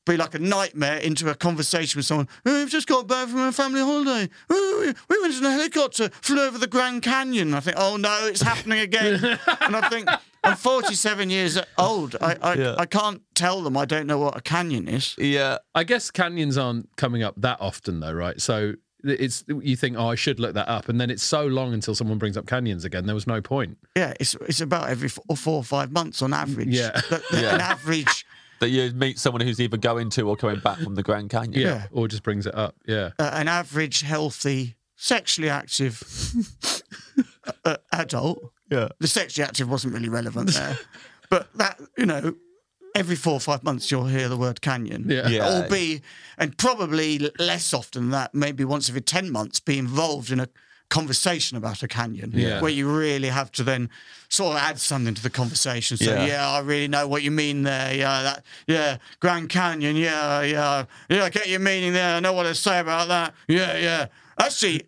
be like a nightmare into a conversation with someone. Oh, we've just got back from a family holiday. Oh, we- we went in a helicopter, flew over the Grand Canyon. I think, oh no, it's happening again. and I think, I'm 47 years old. I, I,
Yeah.
I can't tell them I don't know what a canyon is.
Yeah.
I guess canyons aren't coming up that often, though, right? So it's you think, oh, I should look that up, and then it's so long until someone brings up canyons again. There was no point.
Yeah, it's, it's about every four, four or five months on average.
Yeah.
That- that
Yeah.
An average.
That you meet someone who's either going to or coming back from the Grand Canyon.
Yeah.
Yeah.
Or just brings it up. Yeah.
uh, an average, healthy, sexually active uh, adult.
Yeah.
The sexually active wasn't really relevant there, but that you know, every four or five months you'll hear the word canyon.
Yeah.
Yeah.
Or be, and probably l- less often than that, maybe once every ten months, be involved in a conversation about a canyon
Yeah.
where you really have to then sort of add something to the conversation. So
Yeah.
yeah. I really know what you mean there. Yeah, that yeah, Grand Canyon. Yeah, yeah, yeah. I get your meaning there. I know what I say about that. Yeah, yeah. Actually,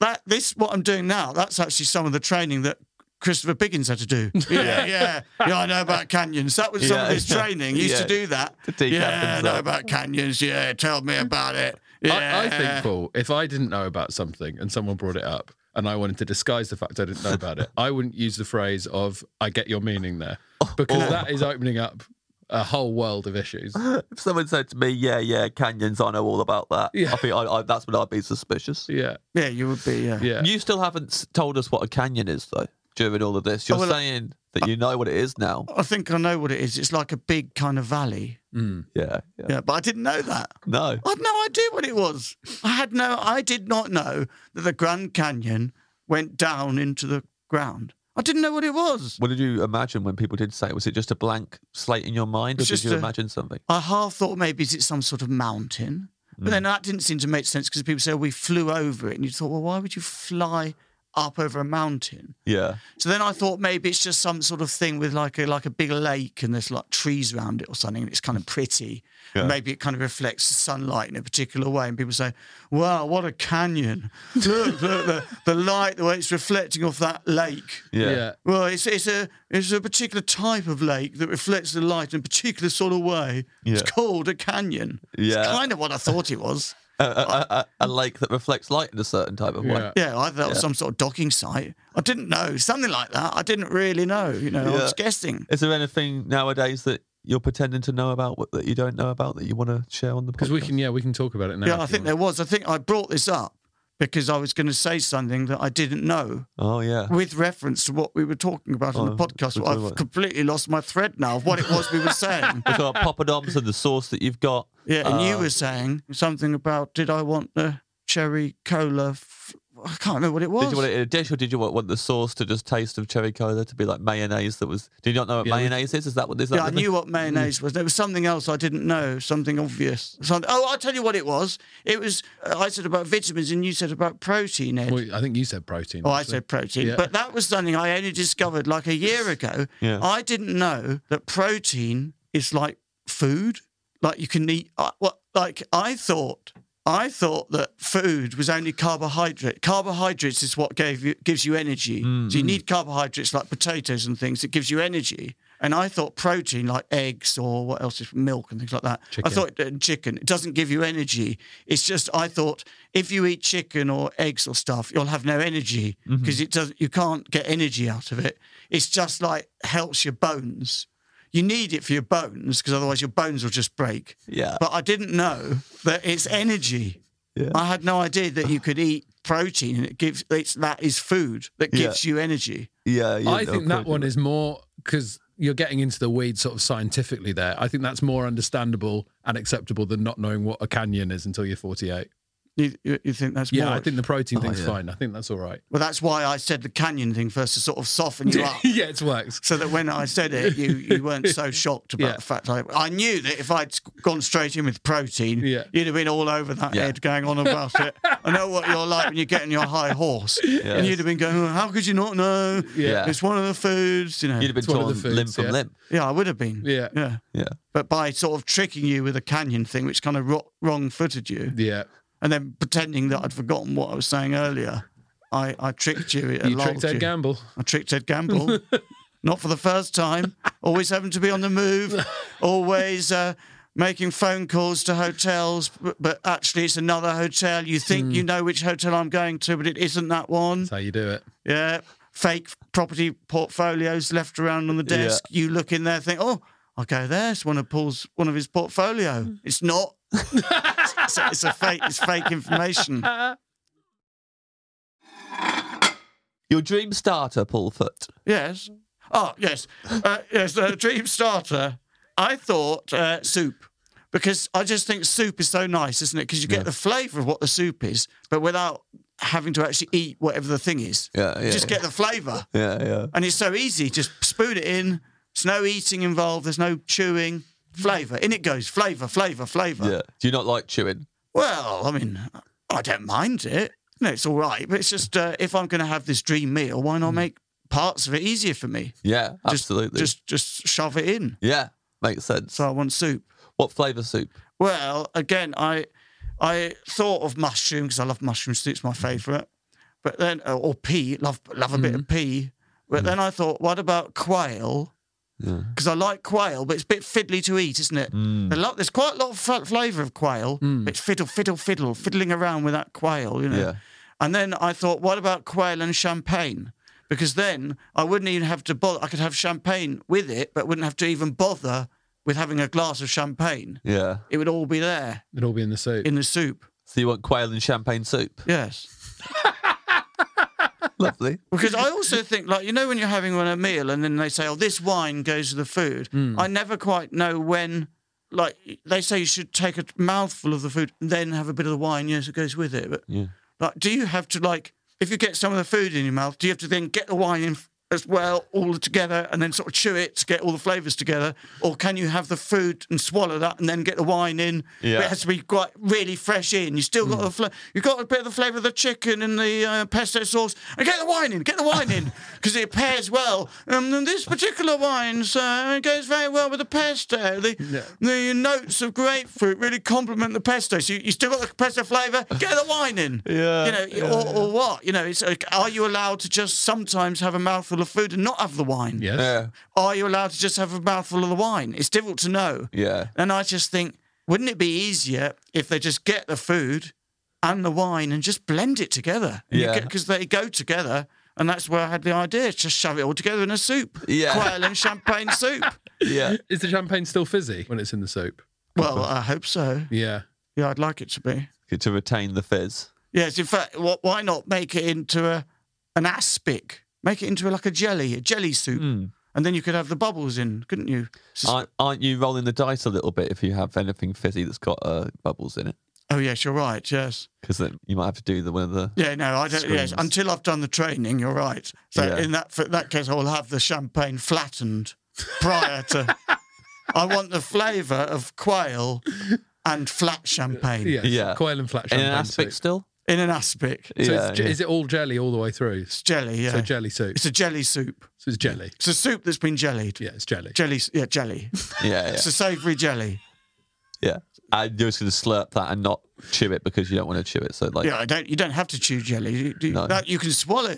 that this what I'm doing now. That's actually some of the training that. Christopher Biggins had to do. Yeah, yeah, yeah. I know about canyons. That was some of
Yeah,
his
yeah.
training. He used
Yeah.
to do that.
To decap
yeah, I know
himself.
about canyons. Yeah, tell me about it.
I, I
Yeah.
think, Paul, if I didn't know about something and someone brought it up and I wanted to disguise the fact I didn't know about it, I wouldn't use the phrase of "I get your meaning there"
Oh.
because that is opening up a whole world of issues.
If someone said to me, "Yeah, yeah, canyons, I know all about that,"
Yeah.
I think I, I, that's when I'd be suspicious.
Yeah,
Yeah, you would be. Yeah.
yeah.
You still haven't s- told us what a canyon is, though. During all of this, you're
Oh, well,
saying that you know what it is now.
I think I know what it is. It's like a big kind of valley.
Mm.
Yeah, yeah.
Yeah, but I didn't know that.
No.
I had no idea what it was. I had no. I did not know that the Grand Canyon went down into the ground. I didn't know what it was.
What did you imagine when people did say it? Was it just a blank slate in your mind, or
It's
did
just
you
a-
imagine something?
I half thought maybe is it some sort of mountain, but then that didn't seem to make sense because people say "Oh, we flew over it, and you thought, well, why would you fly up over a mountain?
Yeah.
So then I thought maybe it's just some sort of thing with like a like a big lake and there's like trees around it or something and it's kind of pretty.
Yeah.
Maybe it kind of reflects the sunlight in a particular way and people say, "Wow, what a canyon! Look, look the, the light, the way it's reflecting off that lake."
Yeah.
yeah.
Well, it's it's a it's a particular type of lake that reflects the light in a particular sort of way.
Yeah.
It's called a canyon.
Yeah.
It's kind of what I thought it was.
A, a, a, a lake that reflects light in a certain type of way.
Yeah.
Yeah, either that was some sort of docking site. I didn't know something like that. I didn't really know. You know, I
Yeah.
was guessing.
Is there anything nowadays that you're pretending to know about what- that you don't know about that you want to share on the
Because
podcast?
we can, yeah, we can talk about it now.
Yeah, I
if you
think
want.
there was. I think I brought this up because I was going to say something that I didn't know
Oh yeah.
with reference to what we were talking about on
Oh,
the podcast.
we're
Well, I've
talking about-
completely lost my thread now of what it was we were saying.
We've got poppadoms and the sauce that you've got.
Yeah, and you
Uh,
were saying something about did I want the cherry cola? F- I can't remember what it was.
Did you want it in a dish or did you want, want the sauce to just taste of cherry cola to be like mayonnaise that was did you not know what
Yeah, we-
mayonnaise is? Is that what is that?
yeah, I
the thing?
knew what mayonnaise was. There was something else I didn't know, something obvious. Something, oh, I'll tell you what it was. It was, uh, I said about vitamins and you said about protein, Ed.
Well, I think you said protein.
Oh, I
actually.
said protein,
Yeah.
but that was something I only discovered like a year ago.
Yeah.
I didn't know that protein is like food, like you can eat. I, what, like I thought, I thought that food was only carbohydrate. Carbohydrates is what gave you, gives you energy. So
Mm-hmm.
you need carbohydrates like potatoes and things that gives you energy. And I thought protein, like eggs or what else is milk and things like that.
Chicken.
I thought uh, chicken. It doesn't give you energy. It's just I thought if you eat chicken or eggs or stuff, you'll have no energy
Mm-hmm.
because it does. not You can't get energy out of it. It's just like helps your bones. You need it for your bones because otherwise your bones will just break.
Yeah.
But I didn't know that it's energy.
Yeah.
I had no idea that you could eat protein and it gives it's that is food that
Yeah.
gives you energy.
yeah, yeah.
I think that one is more because you're getting into the weeds sort of scientifically there. I think that's more understandable and acceptable than not knowing what a canyon is until you're 48.
You, you you think that's
Yeah,
more?
I think the protein thing's
Oh, yeah.
fine. I think that's all right.
well, that's why I said the canyon thing first to sort of soften you up.
yeah, it works.
so that when I said it, you, you weren't so shocked about
Yeah.
the fact I, I knew that if I'd gone straight in with protein,
Yeah.
you'd have been all over that
Yeah.
head going on about it. I know what you're like when you get on your high horse, and you'd have been going, "Oh, "How could you not know?
Yeah.
It's one of the foods." You know,
You'd have
It's
been
one of
torn
the foods,
limb from
yeah.
limb.
yeah, I would have been.
Yeah.
yeah.
Yeah.
But by sort of tricking you with a canyon thing, which kind of ro- wrong-footed you,
Yeah.
and then pretending that I'd forgotten what I was saying earlier, I, I tricked you. it
You
lulled
tricked Ed
you.
Gamble.
I tricked Ed Gamble. Not for the first time. Always having to be on the move. Always uh, making phone calls to hotels, but, but actually it's another hotel. You think you know which hotel I'm going to, but it isn't that one.
That's how you do it.
Yeah. Fake property portfolios left around on the desk. You look in there, think, oh, I'll go there. It's one of Paul's, one of his portfolio. It's not. it's, it's a fake. It's fake information.
Your dream starter, Paul Foot.
Yes. Oh, yes. Uh, yes, uh, dream starter. I thought uh, soup because I just think soup is so nice, isn't it? Because you get the flavour of what the soup is, but without having to actually eat whatever the thing is.
Yeah, yeah.
You just get the flavour.
Yeah, yeah.
And it's so easy. Just spoon it in. There's no eating involved. There's no chewing. Flavour. In it goes. Flavour, flavour, flavour.
Yeah. Do you not like chewing?
Well, I mean, I don't mind it. No, it's all right. But it's just uh, if I'm going to have this dream meal, why
Mm.
not make parts of it easier for me?
Yeah,
Just-
absolutely.
Just just shove it in.
yeah, makes sense.
So I want soup.
What flavour soup?
Well, again, I I thought of mushroom because I love mushroom soup; it's my favourite. But then, uh, or pea, love love a bit
Mm.
of pea. But then I thought, what about quail?
Yeah. Mm.
Because I like quail, but it's a bit fiddly to eat, isn't it? I love- there's quite a lot of f- flavour of quail. But it's fiddle, fiddle, fiddle, fiddling around with that quail, you know.
Yeah.
And then I thought, what about quail and champagne? Because then I wouldn't even have to bother. I could have champagne with it, but wouldn't have to even bother with having a glass of champagne.
Yeah.
It would all be there
It'd all be in the soup.
in the soup.
So you want quail and champagne soup?
Yes.
Lovely.
Because I also think, like, you know, when you're having a meal and then they say, oh, this wine goes with the food,
Hmm.
I never quite know when, like, they say you should take a mouthful of the food and then have a bit of the wine, yes, it goes with it. But,
Yeah.
like, do you have to, like, if you get some of the food in your mouth, do you have to then get the wine in f- as well, all together, and then sort of chew it to get all the flavours together? Or can you have the food and swallow that and then get the wine in?
Yeah.
But it has to be quite really fresh in. You still got the fla- you got a bit of the flavour of the chicken and the uh, pesto sauce. And get the wine in, get the wine in, because it pairs well. Um, and this particular wine, sir, it goes very well with the pesto. The the notes of grapefruit really complement the pesto. So you, you still got the pesto flavour. Get the wine in.
Yeah,
You know, or, or what? You know, it's like, are you allowed to just sometimes have a mouthful of food and not have the wine?
yes.
Yeah.
Are you allowed to just have a mouthful of the wine? It's difficult to know.
Yeah.
And I just think, wouldn't it be easier if they just get the food and the wine and just blend it together?
Yeah.
Because they go together. And that's where I had the idea. Just shove it all together in a soup.
Yeah.
Quail and champagne soup.
Yeah.
Is the champagne still fizzy when it's in the soup?
Well, I hope so.
Yeah.
Yeah, I'd like it to be.
Good to retain the fizz.
Yes, in fact, wh- why not make it into a an aspic? Make it into like a jelly, a jelly soup.
Hmm.
And then you could have the bubbles in, couldn't you? It's just-
Aren't, aren't you rolling the dice a little bit if you have anything fizzy that's got uh, bubbles in it?
oh, yes, you're right. Yes.
Because then you might have to do the one of the.
Yeah, no, I don't. Yes,
Screams.
until I've done the training, you're right. So
Yeah.
in that for that case, I'll have the champagne flattened prior to. I want the flavour of quail and flat champagne
Yes.
Yeah.
Quail and flat
in
champagne.
an aspect
soup.
still?
in an aspic.
So
yeah,
it's, j-
yeah.
is it all jelly all the way through?
It's jelly, yeah.
So jelly soup.
It's a jelly soup.
So it's jelly.
It's a soup that's been jellied.
Yeah, it's jelly.
Jelly, yeah, jelly.
yeah, yeah,
It's a savoury jelly.
yeah. And you're just going to slurp that and not chew it because you don't want to chew it. So like,
yeah, I don't. You don't have to chew jelly. You, you-
No.
that, you can swallow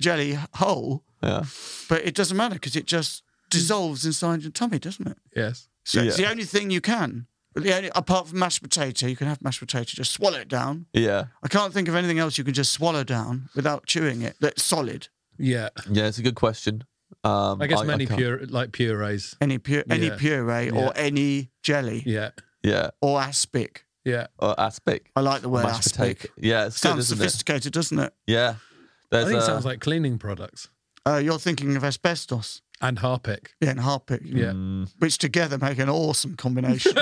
jelly whole,
yeah.
but it doesn't matter because it just dissolves inside your tummy, doesn't it?
Yes.
So it's
Yeah.
the only thing you can. But the only, apart from mashed potato, you can have mashed potato, just swallow it down.
yeah.
I can't think of anything else you can just swallow down without chewing it. That's solid.
Yeah.
Yeah, it's a good question. Um,
I guess many
can't-
pure like purees.
Any pu- any
Yeah.
puree
Yeah.
or any jelly
Yeah.
Yeah,
or aspic.
Yeah.
or aspic.
I like the word
mashed
aspic.
potato. Yeah, it's good,
Sounds
isn't it?
sophisticated, doesn't it?
Yeah.
I
There's uh,
think it
a-
sounds like cleaning products
Uh, you're thinking of asbestos.
and harpic.
Yeah, and harpic.
Yeah.
Which together make an awesome combination.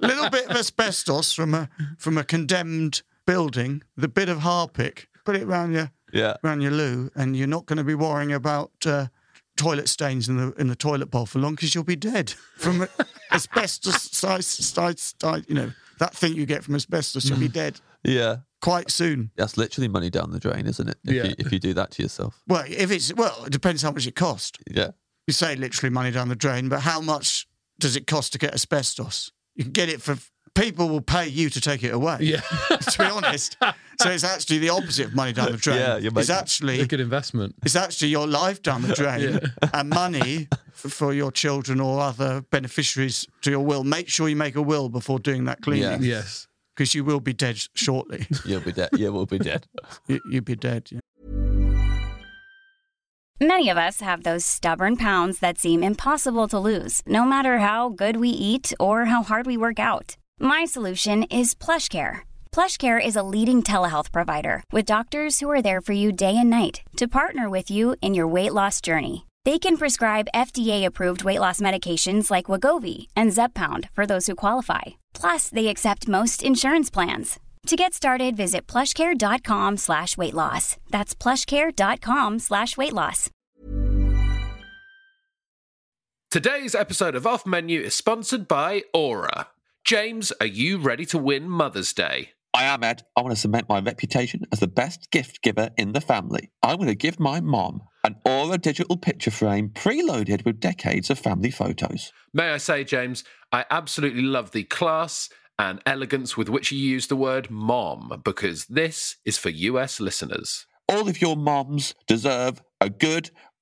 Little bit of asbestos from a from a condemned building, the bit of harpic, put it round your
yeah.
around your loo, and you're not going to be worrying about uh, toilet stains in the in the toilet bowl for long because you'll be dead from asbestos. size, size, size, you know that thing you get from asbestos, you'll be dead
Yeah.
quite soon.
That's literally money down the drain, isn't it? If,
Yeah.
you, if you do that to yourself.
Well, if it's well, it depends how much it cost.
Yeah.
You say literally money down the drain, but how much does it cost to get asbestos? You can get it for people will pay you to take it away.
Yeah.
to be honest, so it's actually the opposite of money down the drain.
Yeah, you're
it's
making-
actually
A good investment.
It's actually your life down the drain and money f- for your children or other beneficiaries to your will. Make sure you make a will before doing that cleaning
Yes.
because you will be dead shortly.
You'll be dead. Yeah, we'll be dead.
you, you'll be dead. yeah.
Many of us have those stubborn pounds that seem impossible to lose, no matter how good we eat or how hard we work out. My solution is PlushCare. PlushCare is a leading telehealth provider with doctors who are there for you day and night to partner with you in your weight loss journey. They can prescribe FDA-approved weight loss medications like Wagovi and Zepbound for those who qualify. Plus, they accept most insurance plans. To get started, visit plushcare.com slash weight loss. That's plushcare.com slash weight loss.
Today's episode of Off Menu is sponsored by Aura. James, are you ready to win Mother's Day?
I am Ed. I want to cement my reputation as the best gift giver in the family. I'm going to give my mom an Aura digital picture frame preloaded with decades of family photos.
May I say, James, I absolutely love the class and elegance with which you use the word mom, because this is for US listeners.
All of your moms deserve a good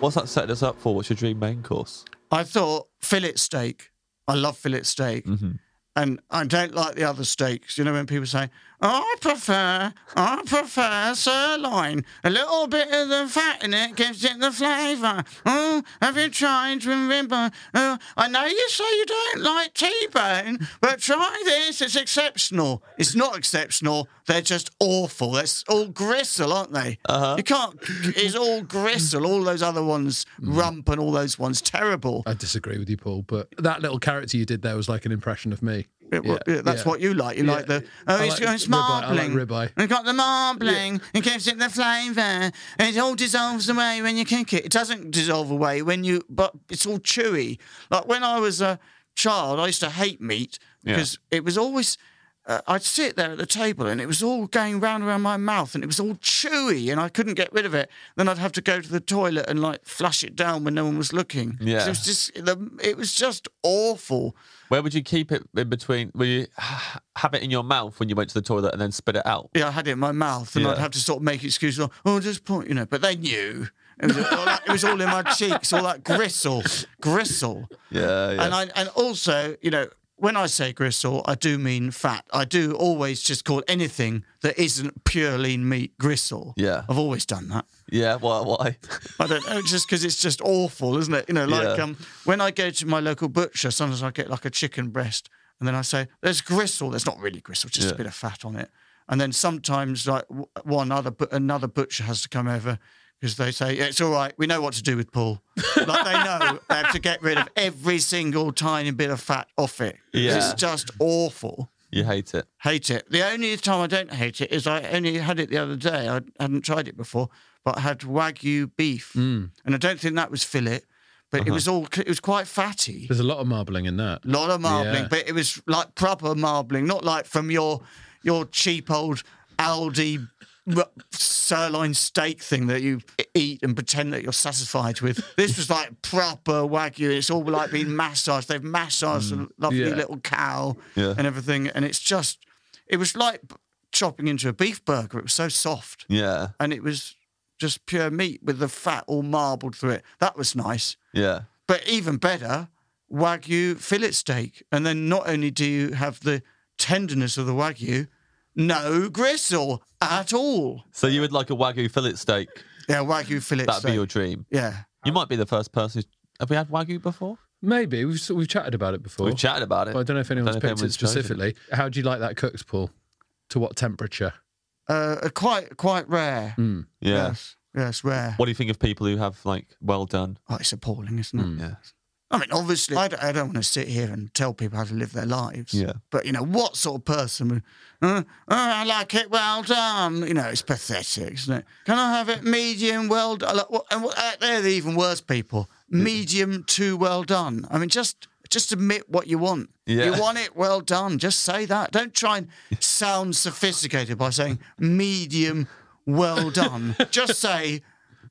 What's that setting us up for? What's your dream main course?
I thought fillet steak. I love fillet steak. And I don't like the other steaks. You know, when people say, I prefer, I prefer sirloin. A little bit of the fat in it gives it the flavour. Oh, have you tried rim ribber? Oh, I know you say you don't like T-bone, but try this. It's exceptional. It's not exceptional. They're just awful. They're s- all gristle, aren't they? Uh-huh. You can't. It's all gristle. All those other ones, rump and all those ones, terrible.
I disagree with you, Paul, but that little character you did there was like an impression of me.
It, wa-
Yeah,
yeah, that's
yeah.
what you like. You
Yeah.
like the oh,
I
it's,
like
it's
ribeye. I like
marbling.
ribeye.
We've got the marbling. It gives it the flavour, and it all dissolves away when you cook it. It doesn't dissolve away when you, but it's all chewy. Like when I was a child, I used to hate meat because it was always. Uh, I'd sit there at the table and it was all going round around my mouth and it was all chewy and I couldn't get rid of it. Then I'd have to go to the toilet and like flush it down when no one was looking. So
Yeah.
it was just the, it was just awful.
Where would you keep it in between? Will you h- have it in your mouth when you went to the toilet and then spit it out?
yeah, I had it in my mouth, and I'd
Yeah.
have to sort of make excuses. Like, oh, just point, you know. But they knew. It was, all that, it was all in my cheeks, all that gristle, gristle.
Yeah,
And I and also, you know, when I say gristle, I do mean fat. I do always just call anything that isn't pure lean meat gristle.
Yeah.
I've always done that.
yeah. Why? Why?
I don't know, just because it's just awful, isn't it? You know, like
Yeah.
um, when I go to my local butcher, sometimes I get like a chicken breast, and then I say, "There's gristle." There's not really gristle, just a
Yeah.
bit of fat on it. And then sometimes, like w- one other, but another butcher has to come over because they say it's all right. We know what to do with Paul. like they know they have to get rid of every single tiny bit of fat off it.
Yeah.
It's just awful
You hate it.
hate it. The only time I don't hate it is I only had it the other day. I hadn't tried it before, but I had wagyu beef,
Mm.
and I don't think that was fillet, but it
Uh-huh.
was all it was quite fatty.
There's a lot of marbling in that.
lot of marbling,
Yeah.
but it was like proper marbling, not like from your your cheap old Aldi r- sirloin steak thing that you e, eat and pretend that you're satisfied with. This was like proper wagyu. It's all like being massaged. They've massaged a lovely
Mm. yeah.
little cow
Yeah.
and everything, and it's just it was like chopping into a beef burger. It was so soft,
Yeah.
and it was just pure meat with the fat all marbled through it. That was nice.
Yeah.
But even better, wagyu fillet steak. And then not only do you have the tenderness of the wagyu, no gristle at all.
So you would like a wagyu fillet steak?
Yeah, wagyu fillet
That'd
steak.
be your dream.
yeah.
You might be the first person. Who's... Have we had wagyu before?
Maybe we've we've chatted about it before.
We've chatted about it.
But I don't know if anyone's picked it
anyone's chosen.
specifically. How do you like that cooked, Paul? To what temperature?
Uh, quite quite rare.
Yeah.
Yes. Yes, rare.
What do you think of people who have like well done?
Oh, it's appalling, isn't it?
Yeah.
I mean, obviously, I don't, I don't want to sit here and tell people how to live their lives.
Yeah.
But, you know, what sort of person would, uh, oh, I like it well done? You know, it's pathetic, isn't it? Can I have it medium well done? Like, what- and what- uh, they're the even worse people.
Mm-hmm.
Medium too well done. I mean, just just admit what you want.
Yeah.
You want it well done. Just say that. Don't try and sound sophisticated by saying medium well done. just say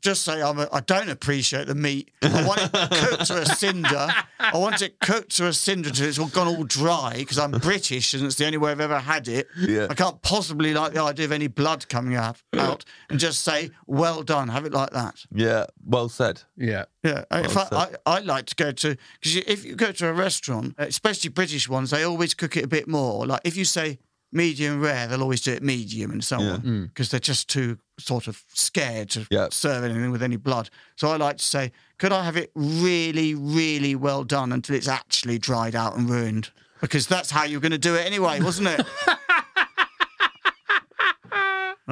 just say I'm a, I don't appreciate the meat. I want it cooked to a cinder. I want it cooked to a cinder till it's all gone all dry because I'm British and it's the only way I've ever had it.
Yeah.
I can't possibly like the idea of any blood coming out, out and just say well done. Have it like that.
Yeah, well said.
Yeah.
Yeah, I- if I,
Well
I, I like to go to because if you go to a restaurant, especially British ones, they always cook it a bit more. Like if you say medium rare, they'll always do it medium and so
Yeah.
on because they're just too sort of scared to
Yeah.
serve anything with any blood. So I like to say, could I have it really, really well done until it's actually dried out and ruined? Because that's how you're going to do it anyway, wasn't it?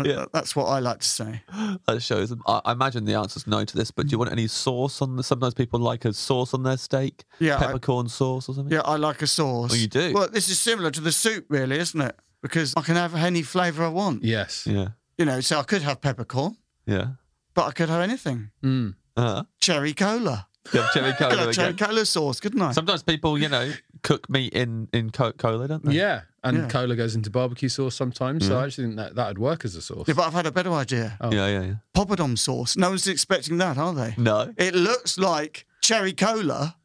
Yeah.
That's what I like to say.
That shows. I, I imagine the answer's no to this, but do you want any sauce on the? Sometimes people like a sauce on their steak.
Yeah, I-
peppercorn sauce or something.
Yeah, I like a sauce.
Oh, you do?
Well, this is similar to the soup, really, isn't it? Because I can have any flavour I want.
Yes.
yeah,
You know, so I could have peppercorn,
yeah.
but I could have anything.
Mm.
Uh-huh.
Cherry cola.
You have cherry
Could
cola
have cherry
again.
cola sauce, couldn't I?
Sometimes people, you know, cook meat in in Coca Cola, don't they?
Yeah. And
Yeah.
cola goes into barbecue sauce sometimes. So I actually think that that'd work as a sauce.
Yeah, but I've had a better idea.
yeah, yeah, yeah.
Poppadom sauce. No one's expecting that, are they?
No,
It looks like cherry cola,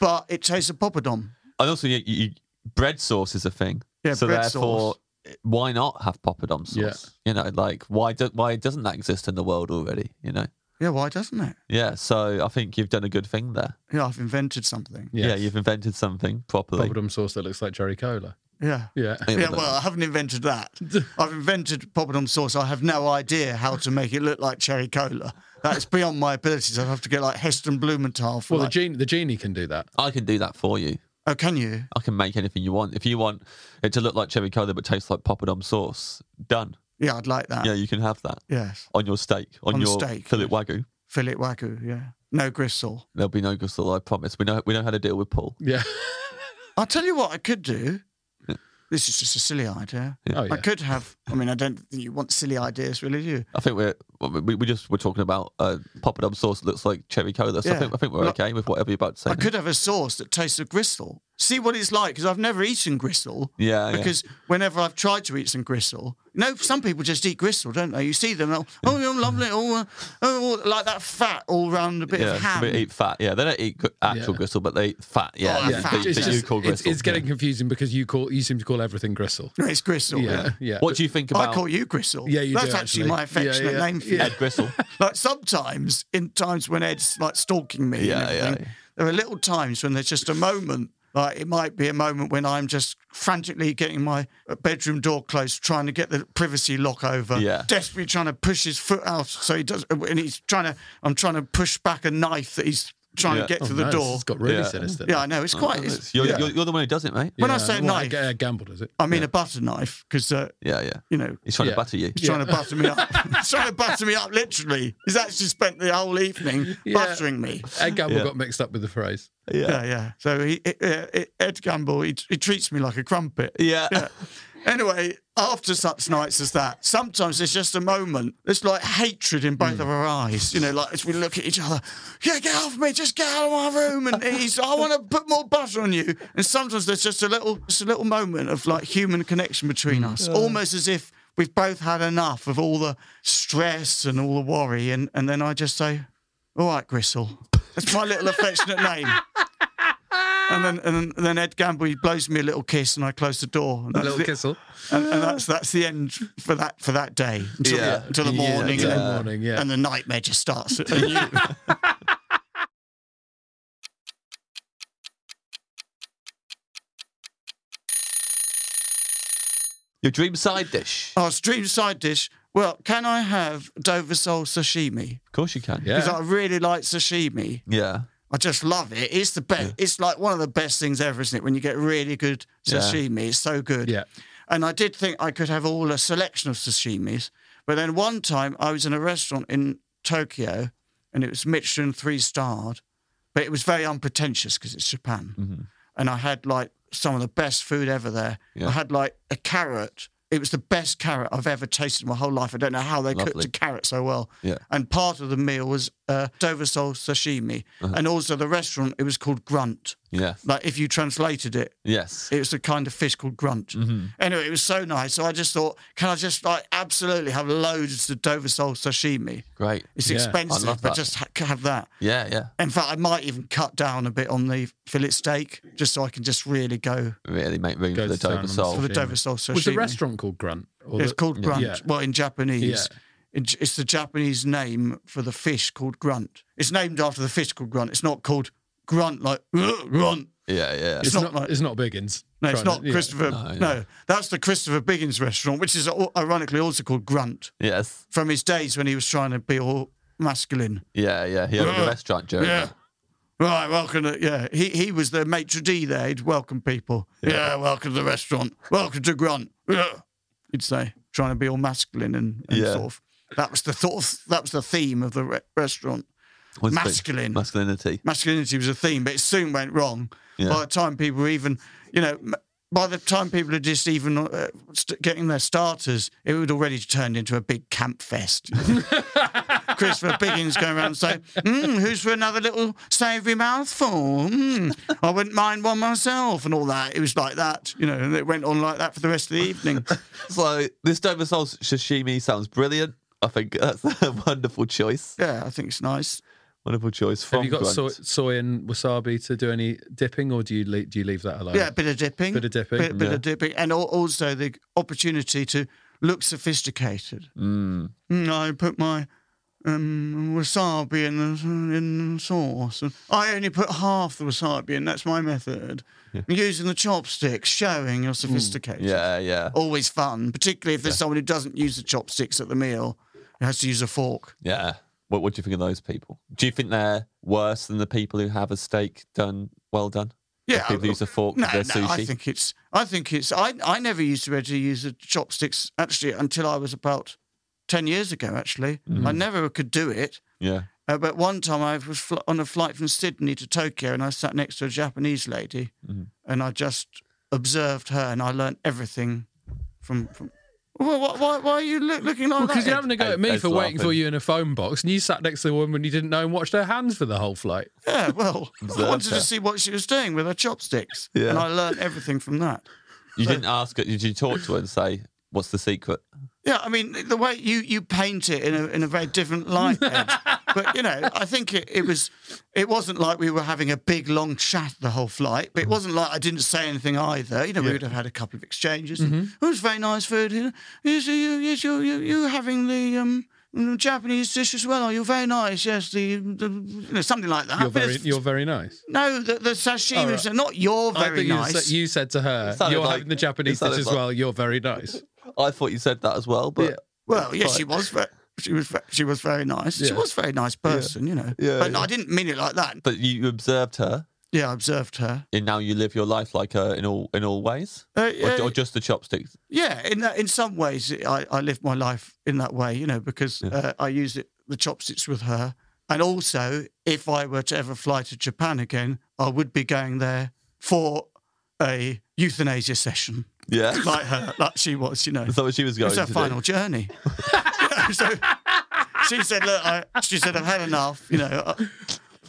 but it tastes of poppadom.
and also you, you, bread sauce is a thing.
Yeah,
so
bread
therefore,
sauce.
why not have poppadom sauce?
Yeah.
You know, like why do, why doesn't that exist in the world already? You know.
Yeah, why doesn't it?
Yeah, so I think you've done a good thing there.
Yeah, I've invented something.
Yes.
Yeah, you've invented something properly.
Bubblegum sauce that looks like cherry cola.
Yeah.
Yeah.
Yeah,
Yeah,
but-
well, I haven't invented that. I've invented poppadom sauce. I have no idea how to make it look like cherry cola. That's beyond my abilities. I'd have to get like Heston Blumenthal for
Well, the
like-
genie, the genie can do that.
I can do that for you.
Oh, can you?
I can make anything you want. If you want it to look like cherry cola but taste like poppadom sauce, done.
Yeah, I'd like that.
Yeah, you can have that
Yes.
on your steak, on,
Ah. On the
your
steak,
fillet
yes.
wagyu.
Fillet wagyu, yeah. No gristle.
There'll be no gristle, I promise. We know we know how to deal with Paul.
Yeah.
I'll tell you what I could do. This is just a silly idea.
Oh, yeah.
I could have, I mean, I don't think you want silly ideas, really, do you?
I think we're we, we just we're talking about uh, poppadom sauce that looks like cherry cola. So I
Yeah.
think I think we're
Well,
okay with whatever you're about to say.
I could have a sauce that tastes of gristle. See what it's like, because I've never eaten gristle.
Oh, Yeah, yeah.
Because whenever I've tried to eat some gristle, you know, some people just eat gristle, don't they? You see them, oh, oh you're lovely, oh, uh, oh, all- like that fat all round a bit
yeah,
of
so
ham.
they eat fat. Yeah, they don't eat gr- actual
Yeah.
gristle, but they eat fat. Yeah,
Oh,
yeah.
fat.
that-
It's
that you
just-
call
it's,
gristle.
it's getting
yeah.
confusing because you call you seem to call everything gristle.
No, it's gristle.
Yeah. Yeah.
What do you think
I
about
call you gristle.
Yeah, you
That's
do,
actually
actually.
my
Yeah,
affectionate
yeah.
name for you.
Yeah.
Ed Gristle?
Like sometimes, in times when Ed's like stalking me,
Yeah,
and everything,
yeah.
there are little times when there's just a moment. Like it might be a moment when I'm just frantically getting my uh, bedroom door closed, trying to get the privacy lock over,
Yeah.
desperately trying to push his foot out so he does, and he's trying to. I'm trying to push back a knife that he's trying
Yeah. Oh,
to get
Oh,
through the
no,
door.
It's got really
Yeah.
sinister.
yeah, I know. It's quite. It's,
You're,
Yeah.
you're, you're the one who does it, mate.
When I say
well, I
knife-
g- I gambled, is it?
I mean, a butter knife because uh,
Yeah, yeah.
you know
He's trying
Yeah.
to butter you.
He's trying to butter me up. He's trying to butter me up, literally. He's actually spent the whole evening
Yeah.
buttering me.
Ed Gamble
Yeah.
got mixed up with the phrase.
Yeah.
Yeah, yeah. So he, uh, Ed Gamble, he, he treats me like a crumpet.
Yeah.
Anyway, after such nights as that, sometimes there's just a moment. There's like hatred in
Hmm.
both of our eyes. You know, like as we look at each other, yeah, get off me, just get out of my room. And he's, I want to put more butter on you. And sometimes there's just a little, just a little moment of like human connection between
Hmm.
us, almost as if we've both had enough of all the stress and all the worry. And and then I just say, all right, Gristle. That's my little affectionate name. And then, and then, and then Ed Gamble he blows me a little kiss, and I close the door. And
A
that's
little
it
kissle.
and, and that's that's the end for that for that day until,
Yeah.
the, until the
Yeah,
morning,
until
and,
the
then-
morning, yeah.
and the nightmare just starts anew.
Your dream side dish.
Our stream side dish. Well, can I have Dover sole sashimi?
Of course you can.
Because
Yeah.
I really like sashimi.
Yeah.
I just love it. It's the best. It's like one of the best things ever, isn't it? When you get really good
Yeah.
sashimi, it's so good.
Yeah.
And I did think I could have all a selection of sashimis. But then one time I was in a restaurant in Tokyo and it was Michelin three starred. but it was very unpretentious because it's Japan.
Mm-hmm.
And I had like some of the best food ever there.
Yeah.
I had like a carrot. It was the best carrot I've ever tasted in my whole life. I don't know how they cooked
Lovely.
a carrot so well.
Yeah.
And part of the meal was uh, Dover sole sashimi.
Uh-huh.
And also the restaurant, it was called Grunt.
Yeah.
Like if you translated it,
Yes.
it was a kind of fish called grunt.
Mm-hmm.
Anyway, it was so nice. So I just thought, can I just like absolutely have loads of Dover sole sashimi?
Great.
It's
Yeah, I
expensive,
love
but
that.
just ha- have that.
Yeah. Yeah.
In fact, I might even cut down a bit on the fillet steak just so I can just really go
Really make room
Go
for the
to town on
Dover
the
sole.
for the
Sashimi.
Dover sole sashimi.
Was the restaurant called Grunt? Or
It's
the-
called grunt.
Yeah.
Well, in Japanese,
Yeah.
in J- it's the Japanese name for the fish called grunt. It's named after the fish called grunt. It's not called grunt like grunt.
Yeah. Yeah.
It's,
not
not,
like-
it's not Biggins.
No, it's
Trying to-
not
yeah.
Christopher.
No,
No,
yeah.
that's the Christopher Biggins restaurant, which is al- ironically also called Grunt
Yes.
from his days when he was trying to be all masculine.
Yeah. Oh, Yeah. He opened a
Yeah.
restaurant, Jerry.
Mm. Yeah. Right, welcome. To, yeah, he he was the maitre d' there. He'd welcome people. Yeah, welcome to the restaurant. Welcome to Grunt. Yeah, he'd say, trying to be all masculine and, and
Yeah.
sort of. That was the thought. Of, that was the theme of the re- restaurant.
Was big.
Masculine.
Masculinity.
masculinity was a theme, but it soon went wrong.
Yeah.
By the time people were even, you know, m- by the time people are just even uh, st- getting their starters, it would already turned into a big camp fest. Christopher Biggins going around saying, mm, "Who's for another little savoury mouthful? Mm, I wouldn't mind one myself," and all that. It was like that, you know, and it went on like that for the rest of the evening.
So this Dover sole sashimi sounds brilliant. I think that's a wonderful choice.
yeah, I think it's nice.
Wonderful choice. From
Have you got
Grunt.
soy, soy and wasabi to do any dipping, or do you leave, do you leave that alone?
Um,
Yeah, a bit of dipping.
Bit of dipping,
Bit, bit
yeah.
of dipping. And al- also the opportunity to look sophisticated.
Mm.
Mm, I put my um, wasabi in the, in the sauce. And I only put half the wasabi in. That's my method. Using the chopsticks, showing you're sophisticated.
Mm, Yeah. Yeah.
Always fun, particularly if there's someone who doesn't use the chopsticks at the meal and has to use a fork.
Yeah. What, what do you think of those people? Do you think they're worse than the people who have a steak done well done? The
Yeah,
people use a fork
No,
for
no,
their sushi.
I think it's. I think it's. I, I never used to be able to use the chopsticks actually until I was about ten years ago. Actually,
Mm-hmm.
I never could do it.
Yeah.
Uh, but one time I was fl- on a flight from Sydney to Tokyo, and I sat next to a Japanese lady,
Mm-hmm.
and I just observed her, and I learnt everything from. from well, why, why, why are you look, looking like
Because
that?
you're having a go at
Ed-
me
Ed's
for waiting for
laughing.
you in a phone box, and you sat next to the woman you didn't know and watched her hands for the whole flight.
Yeah, well, I
Observed
wanted
her.
to see what she was doing with her chopsticks,
Yeah.
and I learnt everything from that.
You didn't ask it. Did you talk to her and say, "What's the secret?"
Yeah, I mean the way you you paint it in a in a very different light, Ed. but you know, I think it, it was it wasn't like we were having a big long chat the whole flight,
Mm-hmm.
but it wasn't like I didn't say anything either. You know, we would have had a couple of exchanges.
Mm-hmm.
Oh, it was very nice food. You know, yes, you yes, you you you having the um. mm, Japanese dish as well. Oh, you're very nice. Yes, the, the you know something like that.
You're
But
very,
it's-
you're very nice.
no, the, the sashimi.
right.
so Not you're
I
very
think
nice.
you, said, you said to her,
It sounded
"You're
like-
having the
it
Japanese dish
sounded
as
like-
well. You're very nice."
I thought you said that as well, but
Yeah.
Well, yes,
Right.
she was. Very, she was. ve- She was very nice. She
Yeah.
was a very nice person, you know.
Yeah,
but no,
yeah.
I didn't mean it like that.
but you observed her,
Yeah, I observed her.
and now you live your life like her in all in all ways,
Uh,
or,
yeah,
or just the chopsticks.
yeah, in that, in some ways, I, I lived my life in that way, you know, because uh, I used it, the chopsticks with her, and also if I were to ever fly to Japan again, I would be going there for a euthanasia session,
Yeah,
like her, like she was, you know.
that's what she was
It
going
was
to
her
do.
final journey. Yeah, so she said, "Look, I, she said I've had enough. You know, I,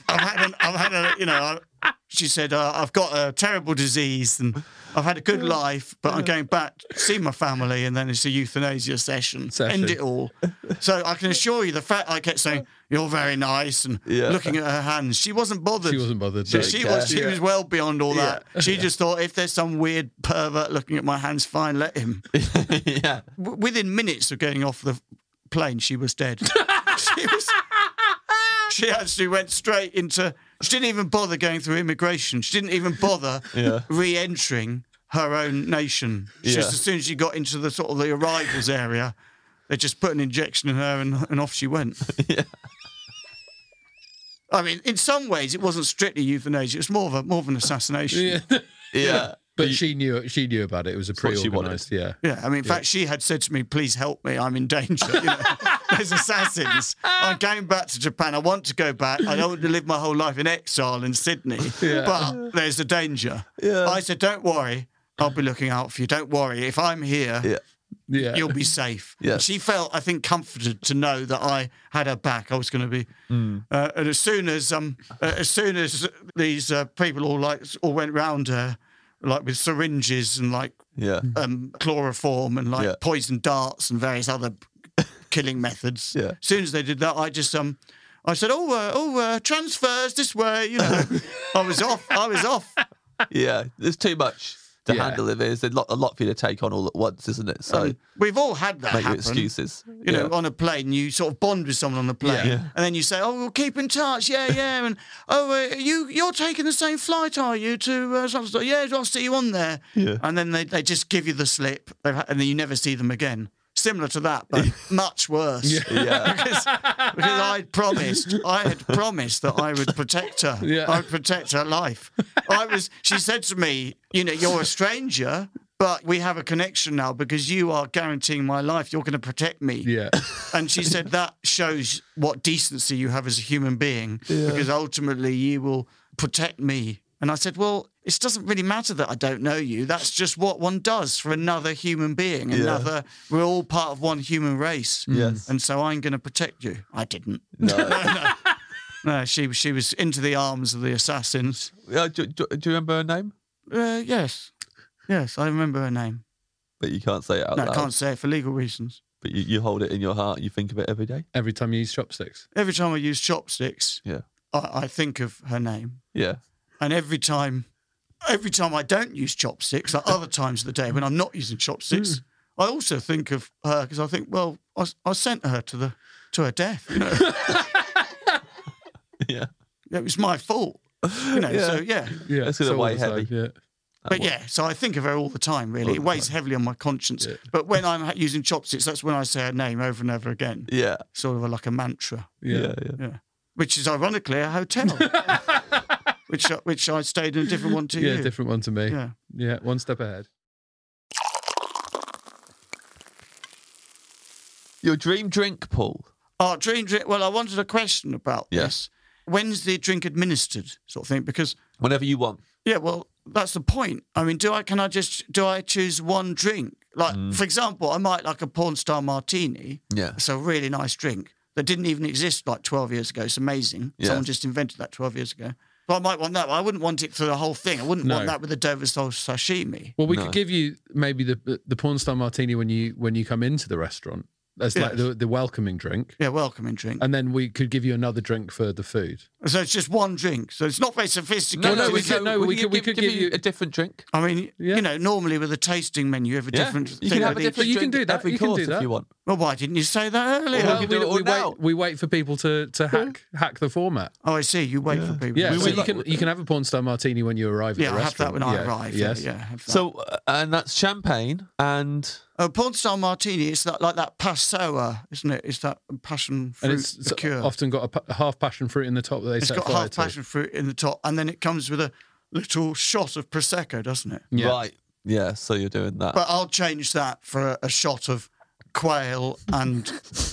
I've had, an, I've had a, you know." I, she said, uh, "I've got a terrible disease and I've had a good life, but I'm going back to see my family, and then it's a euthanasia session.
Session.
End it all." So I can assure you, the fact I kept saying "you're very nice" and
Yeah.
looking at her hands, she wasn't bothered.
She wasn't bothered. uh,
She,
no.
she was she
Yeah.
was well beyond all that. She just thought if there's some weird pervert looking at my hands, fine, let him
yeah,
w- within minutes of getting off the plane, she was dead. she, was, she actually went straight into. She didn't even bother going through immigration. She didn't even bother
Yeah.
re-entering her own nation. She
Yeah.
Just as soon as she got into the sort of the arrivals area, they just put an injection in her and, and off she went.
Yeah.
I mean, in some ways, it wasn't strictly euthanasia. It was more of a more of an assassination.
Yeah.
yeah.
But she knew she knew about it. It was a
what she
pre-organized. Yeah.
Yeah, I mean, in fact, she had said to me, "Please help me. I'm in danger. You know, there's assassins. I'm going back to Japan. I want to go back. I don't want to live my whole life in exile in Sydney. But there's a danger." I said, "Don't worry. I'll be looking out for you. Don't worry. If I'm here,
Yeah.
Yeah.
you'll be safe."
Yeah.
She felt, I think, comforted to know that I had her back. I was going to be. Uh, and as soon as um, uh, as soon as these uh, people all like all went round her, like with syringes and like
Yeah.
um, chloroform and like
Yeah.
poison darts and various other killing methods.
Yeah.
As soon as they did that, I just um, I said, "Oh, uh, oh, uh, transfers this way," you know. I was off. I was off.
Yeah. There's too much to
Yeah.
handle. It is a lot, a lot for you to take on all at once, isn't it? So
We've all had that
make your
happen.
excuses.
You know,
Yeah.
on a plane, you sort of bond with someone on the plane,
Yeah.
Yeah.
and then you say, "Oh, we'll keep in touch." Yeah, yeah. And oh, uh, you you're taking the same flight, are you? To uh, such and such?" yeah, I'll see you on there.
Yeah.
And then they, they just give you the slip, They've ha- and then you never see them again. Similar to that, but much worse.
yeah.
because, because I'd promised, I had promised that I would protect her.
Yeah.
I would protect her life. I was. She said to me, "You know, you're a stranger, but we have a connection now because you are guaranteeing my life. You're going to protect me."
Yeah.
And she said that shows what decency you have as a human being because ultimately you will protect me. And I said, well, it doesn't really matter that I don't know you. That's just what one does for another human being. Another, we're all part of one human race.
Yes.
And so I'm going to protect you. I didn't.
No.
No, she she was into the arms of the assassins.
Yeah, do, do, do you remember her name?
Uh, yes, yes, I remember her name.
But you can't say it out
No,
loud.
I can't say it for legal reasons.
But you, you hold it in your heart. You think of it every day.
Every time you use chopsticks.
Every time I use chopsticks,
Yeah.
I, I think of her name.
Yeah.
And every time, every time I don't use chopsticks, like other times of the day when I'm not using chopsticks, I also think of her because I think, well, I, s- I sent her to the to her death. You know,
Yeah.
it was my fault. You know,
Yeah.
so yeah.
Yeah.
That's gonna
it's all
weigh
the time,
heavy.
Yeah.
But yeah, so I think of her all the time. Really, it weighs heavily on my conscience. But when I'm ha- using chopsticks, that's when I say her name over and over again,
Yeah.
sort of a, like a mantra.
Yeah.
Yeah. Yeah.
Yeah, which is ironically a hotel, which I- which I stayed in a different one to
Yeah,
you.
different one to me.
Yeah.
Yeah, one step ahead.
Your dream drink, Paul.
Oh, dream drink. Well, I wanted a question about
Yeah.
this. When's the drink administered, sort of thing? Because
Whenever you want.
yeah, well, that's the point. I mean, do I can I just do I choose one drink? Like for example, I might like a porn star martini.
Yeah.
It's a really nice drink that didn't even exist like 12 years ago. It's amazing.
Yeah.
Someone just invented that 12 years ago. But I might want that. I wouldn't want it for the whole thing. I wouldn't
No.
want that with the Dover Soul sashimi.
Well, we
No.
could give you maybe the the porn star martini when you when you come into the restaurant. That's like
Yes.
the, the welcoming drink,
Yeah, welcoming drink.
and then we could give you another drink for the food.
so it's just one drink. So it's not very sophisticated.
no,
we
we
could,
could- no, we could- we could give you-
a different drink.
I mean,
Yeah.
you know, normally with a tasting menu, you have a
Yeah.
different
You
thing.
can have a
with each-
different
you
drink
can do that,
every
you can do
course if
that.
you want.
Well, why didn't you say that earlier?
Well, we
we,
do it all
we
now.
wait. We wait for people to to
Hmm.
hack hack the format.
oh, I see. You wait for people.
Yeah,
to
We-
so
we
say
you
like-
that.
can you can have a porn star martini when you arrive. at
yeah
the
I'll have that when
restaurant.
I
Yeah,
arrive.
Yes.
Yeah, yeah, have that.
So, uh, and that's champagne and
a porn star martini, it's that, like that passoa, isn't it? It's that passion fruit
And it's it's
liqueur.
often got a pa- a half passion fruit in the top that they
It's
set
got
fire
half
to.
passion fruit in the top, and then it comes with a little shot of prosecco, doesn't it?
Yeah.
right. Yeah. So you're doing that.
But I'll change that for a shot of quail and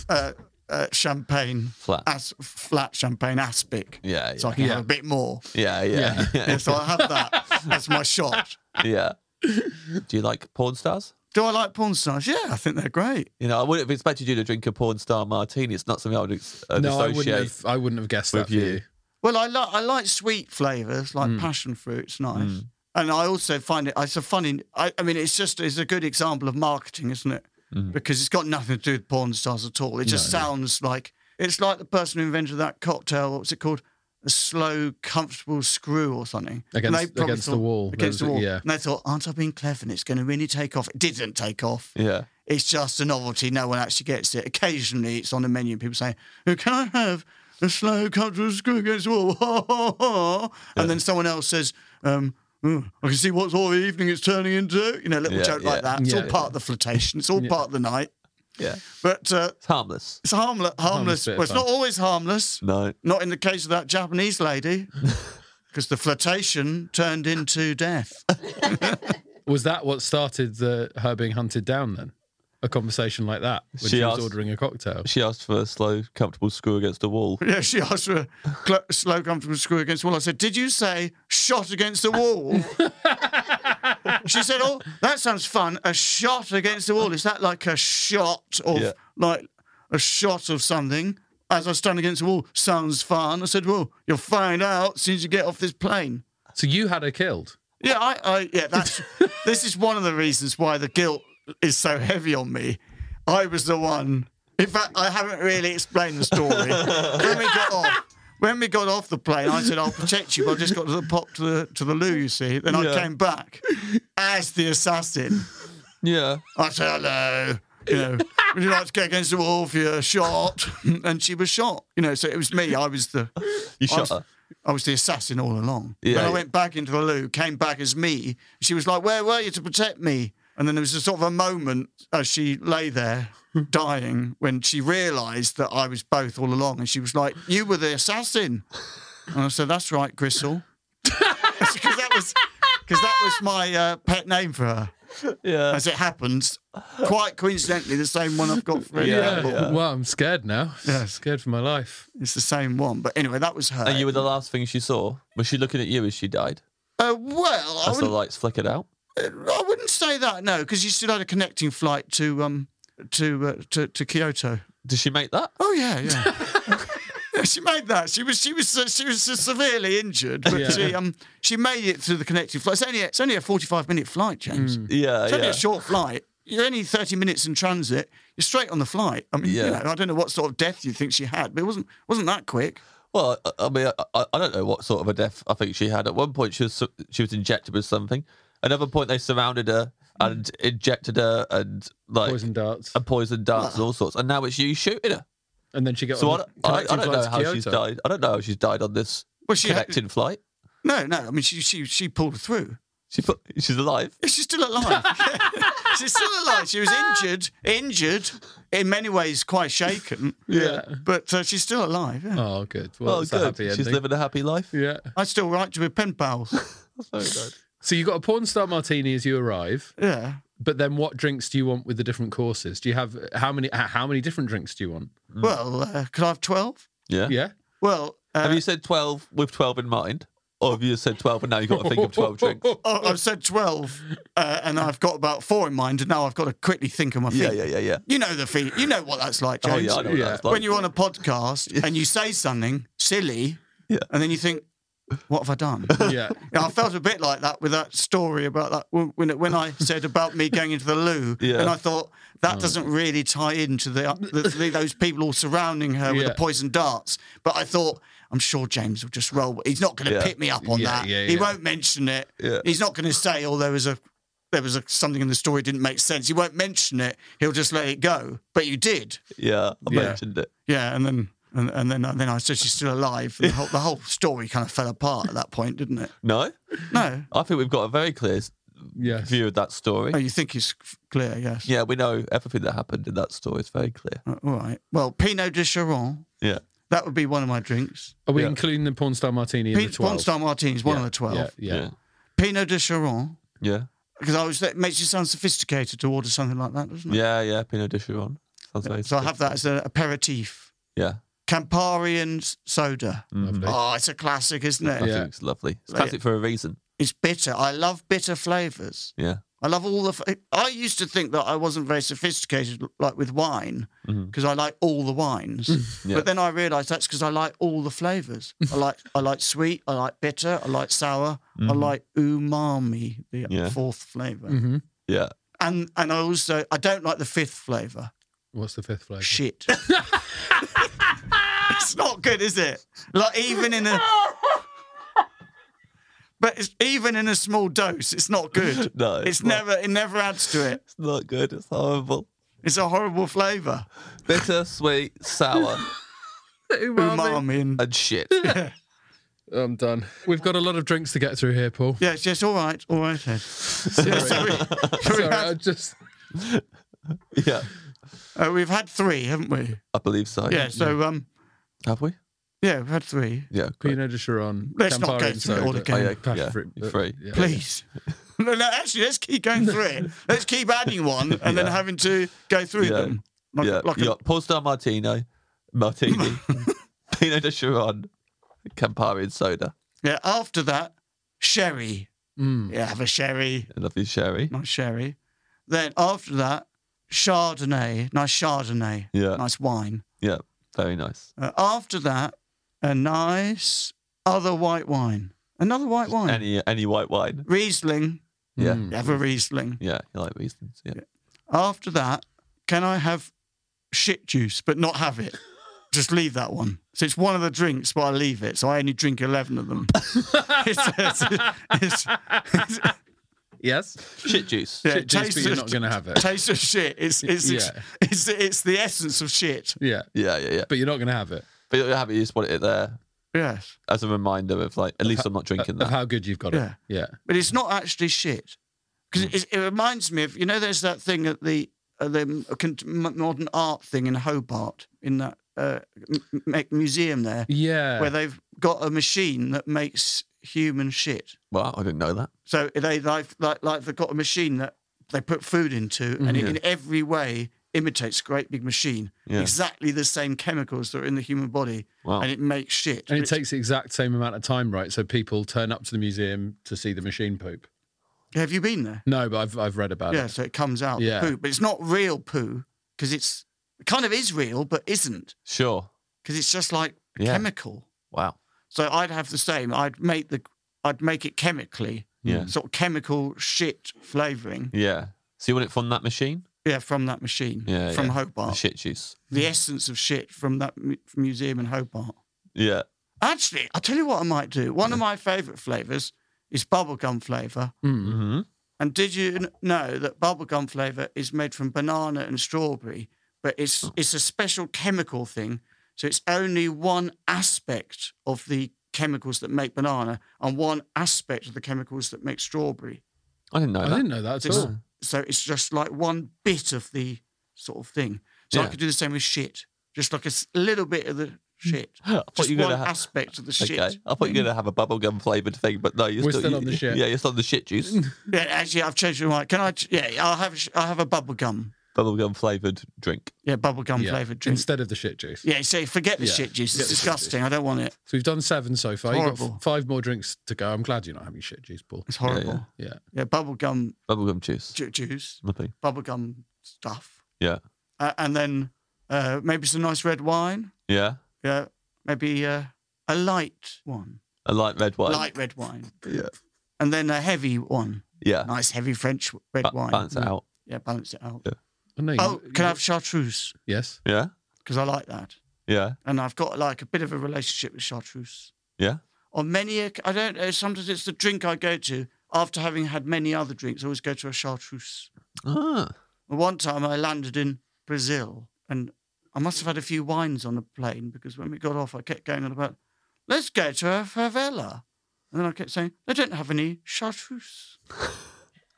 uh, uh, champagne,
Flat.
as, flat champagne aspic.
Yeah,
so I
yeah.
can
Yeah.
have a bit more.
yeah. Yeah.
Yeah,
Yeah.
so I'll have that as my shot.
yeah. Do you like porn stars?
Do I like porn stars? Yeah, I think they're great.
You know, I wouldn't have expected you to drink a porn star martini. It's not something I would ex- uh,
No, I
associate.
wouldn't have. I wouldn't have guessed
with
that for you.
you.
Well, I like I like sweet flavors,
Mm.
like passion fruit. It's nice, and I also find it. It's a funny. I, I mean, it's just it's a good example of marketing, isn't it?
Mm-hmm.
Because it's got nothing to do with porn stars at all. It just sounds like it's like the person who invented that cocktail. What was it called? A slow, comfortable screw or something. And
Against-
they probably
against the
thought-
wall.
Against the
Those-
wall.
yeah.
And they thought, aren't I being clever? And it's going to really take off. It didn't take off.
Yeah.
It's just a novelty. No one actually gets it. Occasionally, it's on the menu. and People say, "Oh, "Can I have a slow cultural screw against the wall?" Ha, ha, ha. And then someone else says, um, "Oh, "I can see what sort of evening it's turning into." You know, a little
Yeah,
joke
yeah.
like that. It's all
Yeah.
part of the flirtation. It's all part of the night.
Yeah.
But uh,
It's harmless.
it's harmless. Harmless.
bit of
well, it's
fun.
not always harmless.
No.
Not in the case of that Japanese lady. because the flirtation turned into death.
Was that what started the, her being hunted down then? A conversation like that when she,
She
was
asked-
ordering a cocktail.
She asked for a slow, comfortable screw against the wall.
yeah, she asked for a cl- slow, comfortable screw against the wall. I said, "Did you say shot against the wall?" she said, "Oh, that sounds fun. A shot against the wall. Is that like a shot of
Yeah.
like a shot of something?" As I stand against the wall, sounds fun. I said, "Well, you'll find out as soon as you get off this plane."
So you had her killed.
Yeah, I, I yeah, that's this is one of the reasons why the guilt is so heavy on me. I was the one. In fact, I haven't really explained the story. when we got off, when we got off the plane, I said, "I'll protect you." But I just got to the pop to the to the loo, you see. Then I
Yeah.
came back as the assassin.
Yeah.
I said, "Hello." You know, would you like to go against the wall for your shot? And she was shot. You know, so it was me. I was the
You
I
shot
was,
her.
I was the assassin all along.
Yeah.
When I went back into the loo, came back as me, she was like, Where were you to protect me? And then there was a sort of a moment as she lay there dying when she realised that I was both all along. And she was like, You were the assassin. And I said, That's right, Gristle. Because that was. Because that was my uh, pet name for her.
Yeah.
As it happens, quite coincidentally, the same one I've got for her.
Yeah, yeah.
Well, I'm scared now. Scared for my life.
It's the same one. But anyway, that was her.
And you were the last thing she saw. Was she looking at you as she died?
uh, well, I
As the
wouldn't
lights flickered out?
I wouldn't say that, no, because you still had a connecting flight to um to uh, to, to Kyoto.
Did she make that?
Oh yeah, yeah. Yeah, she made that. She was she was uh, she was uh, severely injured, but
Yeah.
she um she made it through the connecting flight. It's only a, it's only a forty five minute flight, James.
Yeah, Mm.
It's only
Uh, yeah.
a short flight. You're only thirty minutes in transit. You're straight on the flight. I mean, you
Yeah.
know, I don't know what sort of death you think she had, but it wasn't wasn't that quick.
Well, I, I mean, I- I, I don't know what sort of a death I think she had. At one point, she was su- she was injected with something. Another point, they surrounded her and injected her and like
Poison darts.
and poison darts and all sorts. And now it's you shooting her.
And then she got
So I
on
don't,
the
I, I
Ah. connecting
don't
flight
know
to
how she's
Kyoto.
died. I don't know how she's died on this
Well, she had-
connecting flight.
No, no. I mean, she she she pulled through.
She put, she's alive.
She's still alive. She's still alive. She was injured, injured, in many ways quite shaken.
Yeah.
But uh, she's still alive. Yeah.
Oh, good. Well,
Well,
it's a
good.
happy
She's
ending.
living a happy life.
Yeah.
I still write to her pen pals.
That's very good.
So you got a porn star martini as you arrive,
Yeah.
but then what drinks do you want with the different courses? Do you have how many? h- How many different drinks do you want?
Mm.
Well, uh, could I have 12?
Yeah.
Yeah.
Well, uh,
Have you said 12 with 12 in mind? Or have you said 12 and now you've got to think of 12 drinks?
oh, I've said 12, uh, and I've got about four in mind, and now I've got to quickly think of my feet.
Yeah, yeah, yeah, yeah.
You know the feet. You know what that's like,
Oh,
James.
yeah, I know what
Yeah.
that's like.
when you're on a podcast and you say something silly,
Yeah.
and then you think, what have I done?
Yeah.
Yeah, I felt a bit like that with that story about that when, when I said about me going into the loo,
Yeah.
and I thought
Mm.
that doesn't really tie into the, the, the- those people all surrounding her with
Yeah.
the poison darts. But I thought I'm sure James will just roll. He's not going to
Yeah.
pick me up on
Yeah,
that.
yeah,
He
yeah.
won't mention it.
Yeah.
He's not going to say, "Oh, there was a." There was a, something in the story didn't make sense. He won't mention it. He'll just let it go. But you did,
Yeah, I
Yeah.
mentioned it.
yeah. And then and, and then and then I said she's still alive. And the, whole, the whole story kind of fell apart at that point, didn't it?
No,
No.
I think we've got a very clear s-
Yeah.
view of that story.
Oh, you think it's f- clear? Yes.
Yeah, we know everything that happened in that story. It's very clear.
Uh, All right. Well, Pinot de Charon.
Yeah.
That would be one of my drinks.
Are we
Yeah.
including the porn star martini in the
Pinot
twelve?
Star Martini is one of the twelve.
Yeah. Yeah.
Yeah.
Pinot de Charon.
Yeah.
Because I was that makes you sound sophisticated to order something like that, doesn't it?
Yeah, yeah. Pinot de Chiron. Sounds very
So I have that as an aperitif.
Yeah.
Campari and s- soda.
Lovely.
Oh, it's a classic, isn't it?
I
Yeah.
think it's lovely. It's
Yeah.
classic for a reason.
It's bitter. I love bitter flavors.
Yeah.
I love all the. F- I used to think that I wasn't very sophisticated, like with wine, because I like all the wines.
Mm-hmm. Yeah.
But then I realised that's because I like all the flavours. I like I like sweet, I like bitter, I like sour, I like umami, the
Mm-hmm. Yeah. Mm-hmm.
fourth flavour,
Yeah.
and and I also I don't like the fifth flavour.
What's the fifth flavour?
Shit. it's not good, is it? Like even in a. But it's, even in a small dose, it's not good.
No,
it's,
it's not.
never. It never adds to it.
It's not good. It's horrible.
It's a horrible flavour.
Bitter, sweet, sour,
Umami. and-
and shit.
I'm done. We've got a lot of drinks to get through here, Paul.
Yes, yes, all right, all right. Ed. Yeah, so we-
Sorry,
we
I
had-
just
Yeah.
uh, we've had three, haven't we?
I believe so.
Yeah. So um,
Have we?
Yeah, we've had three.
Yeah, great.
Pinot de Chiron.
Let's not go through it all
soda,
again.
Oh, yeah,
Paffer
yeah,
fruit,
you're
uh,
free.
yeah.
Please. no, no, actually, let's keep going through it. Let's keep adding one and then having to go through
Yeah.
them. Like,
yeah,
like
you
a,
got Paul Star Martino, Martini, Pinot de Chiron, Campari and soda.
yeah, after that, sherry.
Mm.
Yeah, have a sherry.
A lovely sherry.
Nice sherry. Then after that, Chardonnay. Nice Chardonnay.
Yeah.
Nice wine.
Yeah, very nice.
Uh, after that, a nice other white wine. Another white wine.
Any any white wine.
Riesling.
Yeah,
Oh, Mm.
Have a Riesling.
yeah, you like reasons. Yeah.
After that, can I have shit juice but not have it? Just leave that one. So it's one of the drinks, but I leave it. So I only drink 11 of them. It's- it's- it's-
Yes.
Shit juice.
yeah,
Shit juice, but you're not going to have it.
Taste of shit. It's it's, it's,
Yeah.
it's it's the essence of shit.
Yeah.
Yeah, yeah, yeah.
But you're not going to have it.
But you're happy you just put it there
Yes.
as a reminder of like, at least I'm not drinking
Of
that.
how good you've got it. Yeah.
But it's not actually shit.
Mm.
Because it, it reminds me of, you know, there's that thing at the, uh, the con- modern art thing in Hobart, in that uh, m- m- museum there,
Yeah.
where they've got a machine that makes human shit.
Well, I didn't know that.
So they like like like they've got a machine that they put food into, and
Mm-hmm.
it in every way imitates a great big machine.
Yeah.
Exactly the same chemicals that are in the human body,
Wow.
and it makes shit.
and it
It's-
takes the exact same amount of time, right? So people turn up to the museum to see the machine poop.
Have you been there?
No, but I've, I've read about
Yeah,
it.
so it comes out
Yeah.
poo, but it's not real poo because it's it kind of is real, but isn't
Sure.
because it's just like
Yeah.
chemical.
Wow.
So I'd have the same. I'd make the I'd make it chemically,
Yeah.
sort of chemical shit flavoring.
Yeah. So you want it from that machine?
Yeah, from that machine,
Yeah.
from
yeah. The
Hobart.
shit juice.
the essence of shit from that mu- museum in Hobart.
Yeah.
Actually, I'll tell you what I might do. One of my favourite flavours is bubblegum flavour.
Mm.
Mm-hmm.
And did you kn- know that bubblegum flavour is made from banana and strawberry, but it's
Oh.
it's a special chemical thing. So it's only one aspect of the chemicals that make banana and one aspect of the chemicals that make strawberry.
I didn't know
I
that.
didn't know that at
It's-
all.
So it's just like one bit of the sort of thing. So I
Yeah.
could do the same with shit. Just like a s- little bit of the shit.
I thought
Just
you were
one
gonna have.
aspect of the shit.
Okay. Oh. I thought you were gonna have a bubblegum flavored thing, but no, you're
We're still on the
you-
shit.
Yeah, you're still on the shit juice.
Yeah, actually, I've changed my mind. Can I? ch- Yeah, I'll have. a sh- I'll have a bubble gum.
bubblegum flavored drink.
Yeah, bubble gum
Yeah.
flavored drink.
Instead of the shit juice.
yeah, so forget the
Yeah,
shit juice.
forget
It's
the shit
disgusting. I don't want it.
So we've done seven so far. You've got
Horrible.
f- five more drinks to go. I'm glad you're not having shit juice, Paul.
It's horrible. Yeah,
Yeah.
bubble gum
Bubblegum juice.
ju- juice,
Nothing.
bubble gum stuff,
Yeah.
uh, and then uh, maybe some nice red wine.
Yeah.
Yeah, maybe uh, a light one,
A light red wine.
light red wine,
Yeah.
and then a heavy one.
Yeah.
Nice heavy French red
Ba-
wine. Mm.
Balance
Mm.
it out.
Yeah, balance it out.
Yeah.
Oh, no, you-
Oh, can I
you-
have chartreuse?
Yes.
Yeah.
Because I like that.
Yeah.
and I've got like a bit of a relationship with chartreuse.
Yeah.
On many, oc- I don't know. Sometimes it's the drink I go to after having had many other drinks. I always go to a chartreuse.
Ah.
And One time I landed in Brazil, and I must have had a few wines on the plane because when we got off, I kept going on about, "Let's go to a favela," and then I kept saying, "They don't have any chartreuse."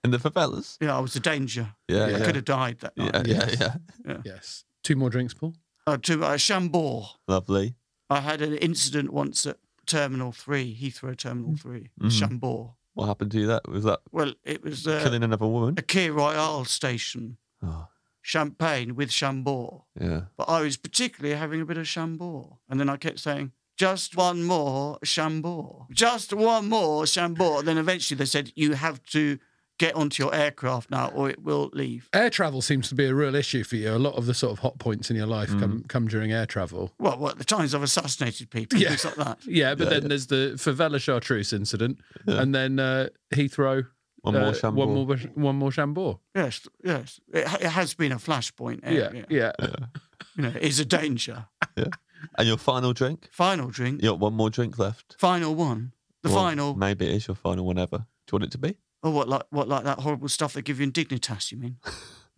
In the favelas.
Yeah, I was a danger.
Yeah. oh,
I
Yeah.
could have died that night.
Yeah. Yeah.
Yes.
yeah.
Yes. Two more drinks, Paul.
Uh, to uh, Chambord,
Lovely.
I had an incident once at Terminal Three, Heathrow Terminal 3
Mhm.
Chambord.
What happened to you? That was that
Well, it was uh,
killing another woman.
a Key Royale station,
Oh,
champagne with Chambord.
yeah.
But I was particularly having a bit of Chambord. And then I kept saying, just one more Chambord. Just one more Chambord. Then eventually they said, you have to get onto your aircraft now or it will leave.
Air travel seems to be a real issue for you. A lot of the sort of hot points in your life come come during air travel.
Well, what, the times I've assassinated people,
Yeah.
things like that.
Yeah, but
Yeah,
then
yeah.
there's the favela chartreuse incident,
Yeah.
and then uh, Heathrow.
One
uh,
more shambles.
One more. One more Chambord.
Yes, yes. It, ha- it has been a flashpoint
Yeah,
area.
yeah.
You know, it's a danger.
And your final drink?
Final drink,
You got one more drink left.
final one. The
Well,
final.
Maybe it is your final one ever. Do you want it to be?
Oh, what like what like that horrible stuff they give you in Dignitas? You mean?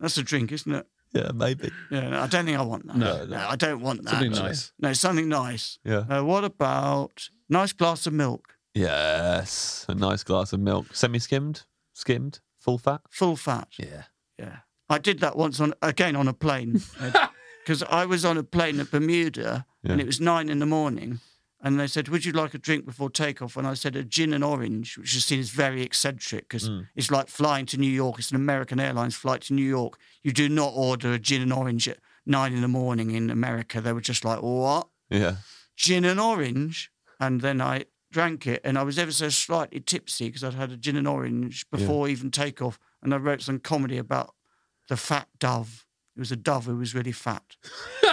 That's a drink, isn't it?
Yeah, maybe.
Yeah, no, I don't think I want that.
No.
I don't want that.
Something nice.
No, something nice.
Yeah.
Uh, what about nice glass of milk,
Yes. A nice glass of milk. Semi skimmed, skimmed, full fat.
full fat?
Yeah.
Yeah, I did that once on again on a plane because I was on a plane at Bermuda and
Yeah.
it was nine in the morning And they said, Would you like a drink before takeoff? And I said, A gin and orange, which is seen as very eccentric because
Mm.
it's like flying to New York. It's an American Airlines flight to New York. You do not order a gin and orange at nine in the morning in America. They were just like, What?
Yeah.
gin and orange. And then I drank it, and I was ever so slightly tipsy because I'd had a gin and orange before even takeoff. And I wrote some comedy about the fat dove. It was a dove who was really fat.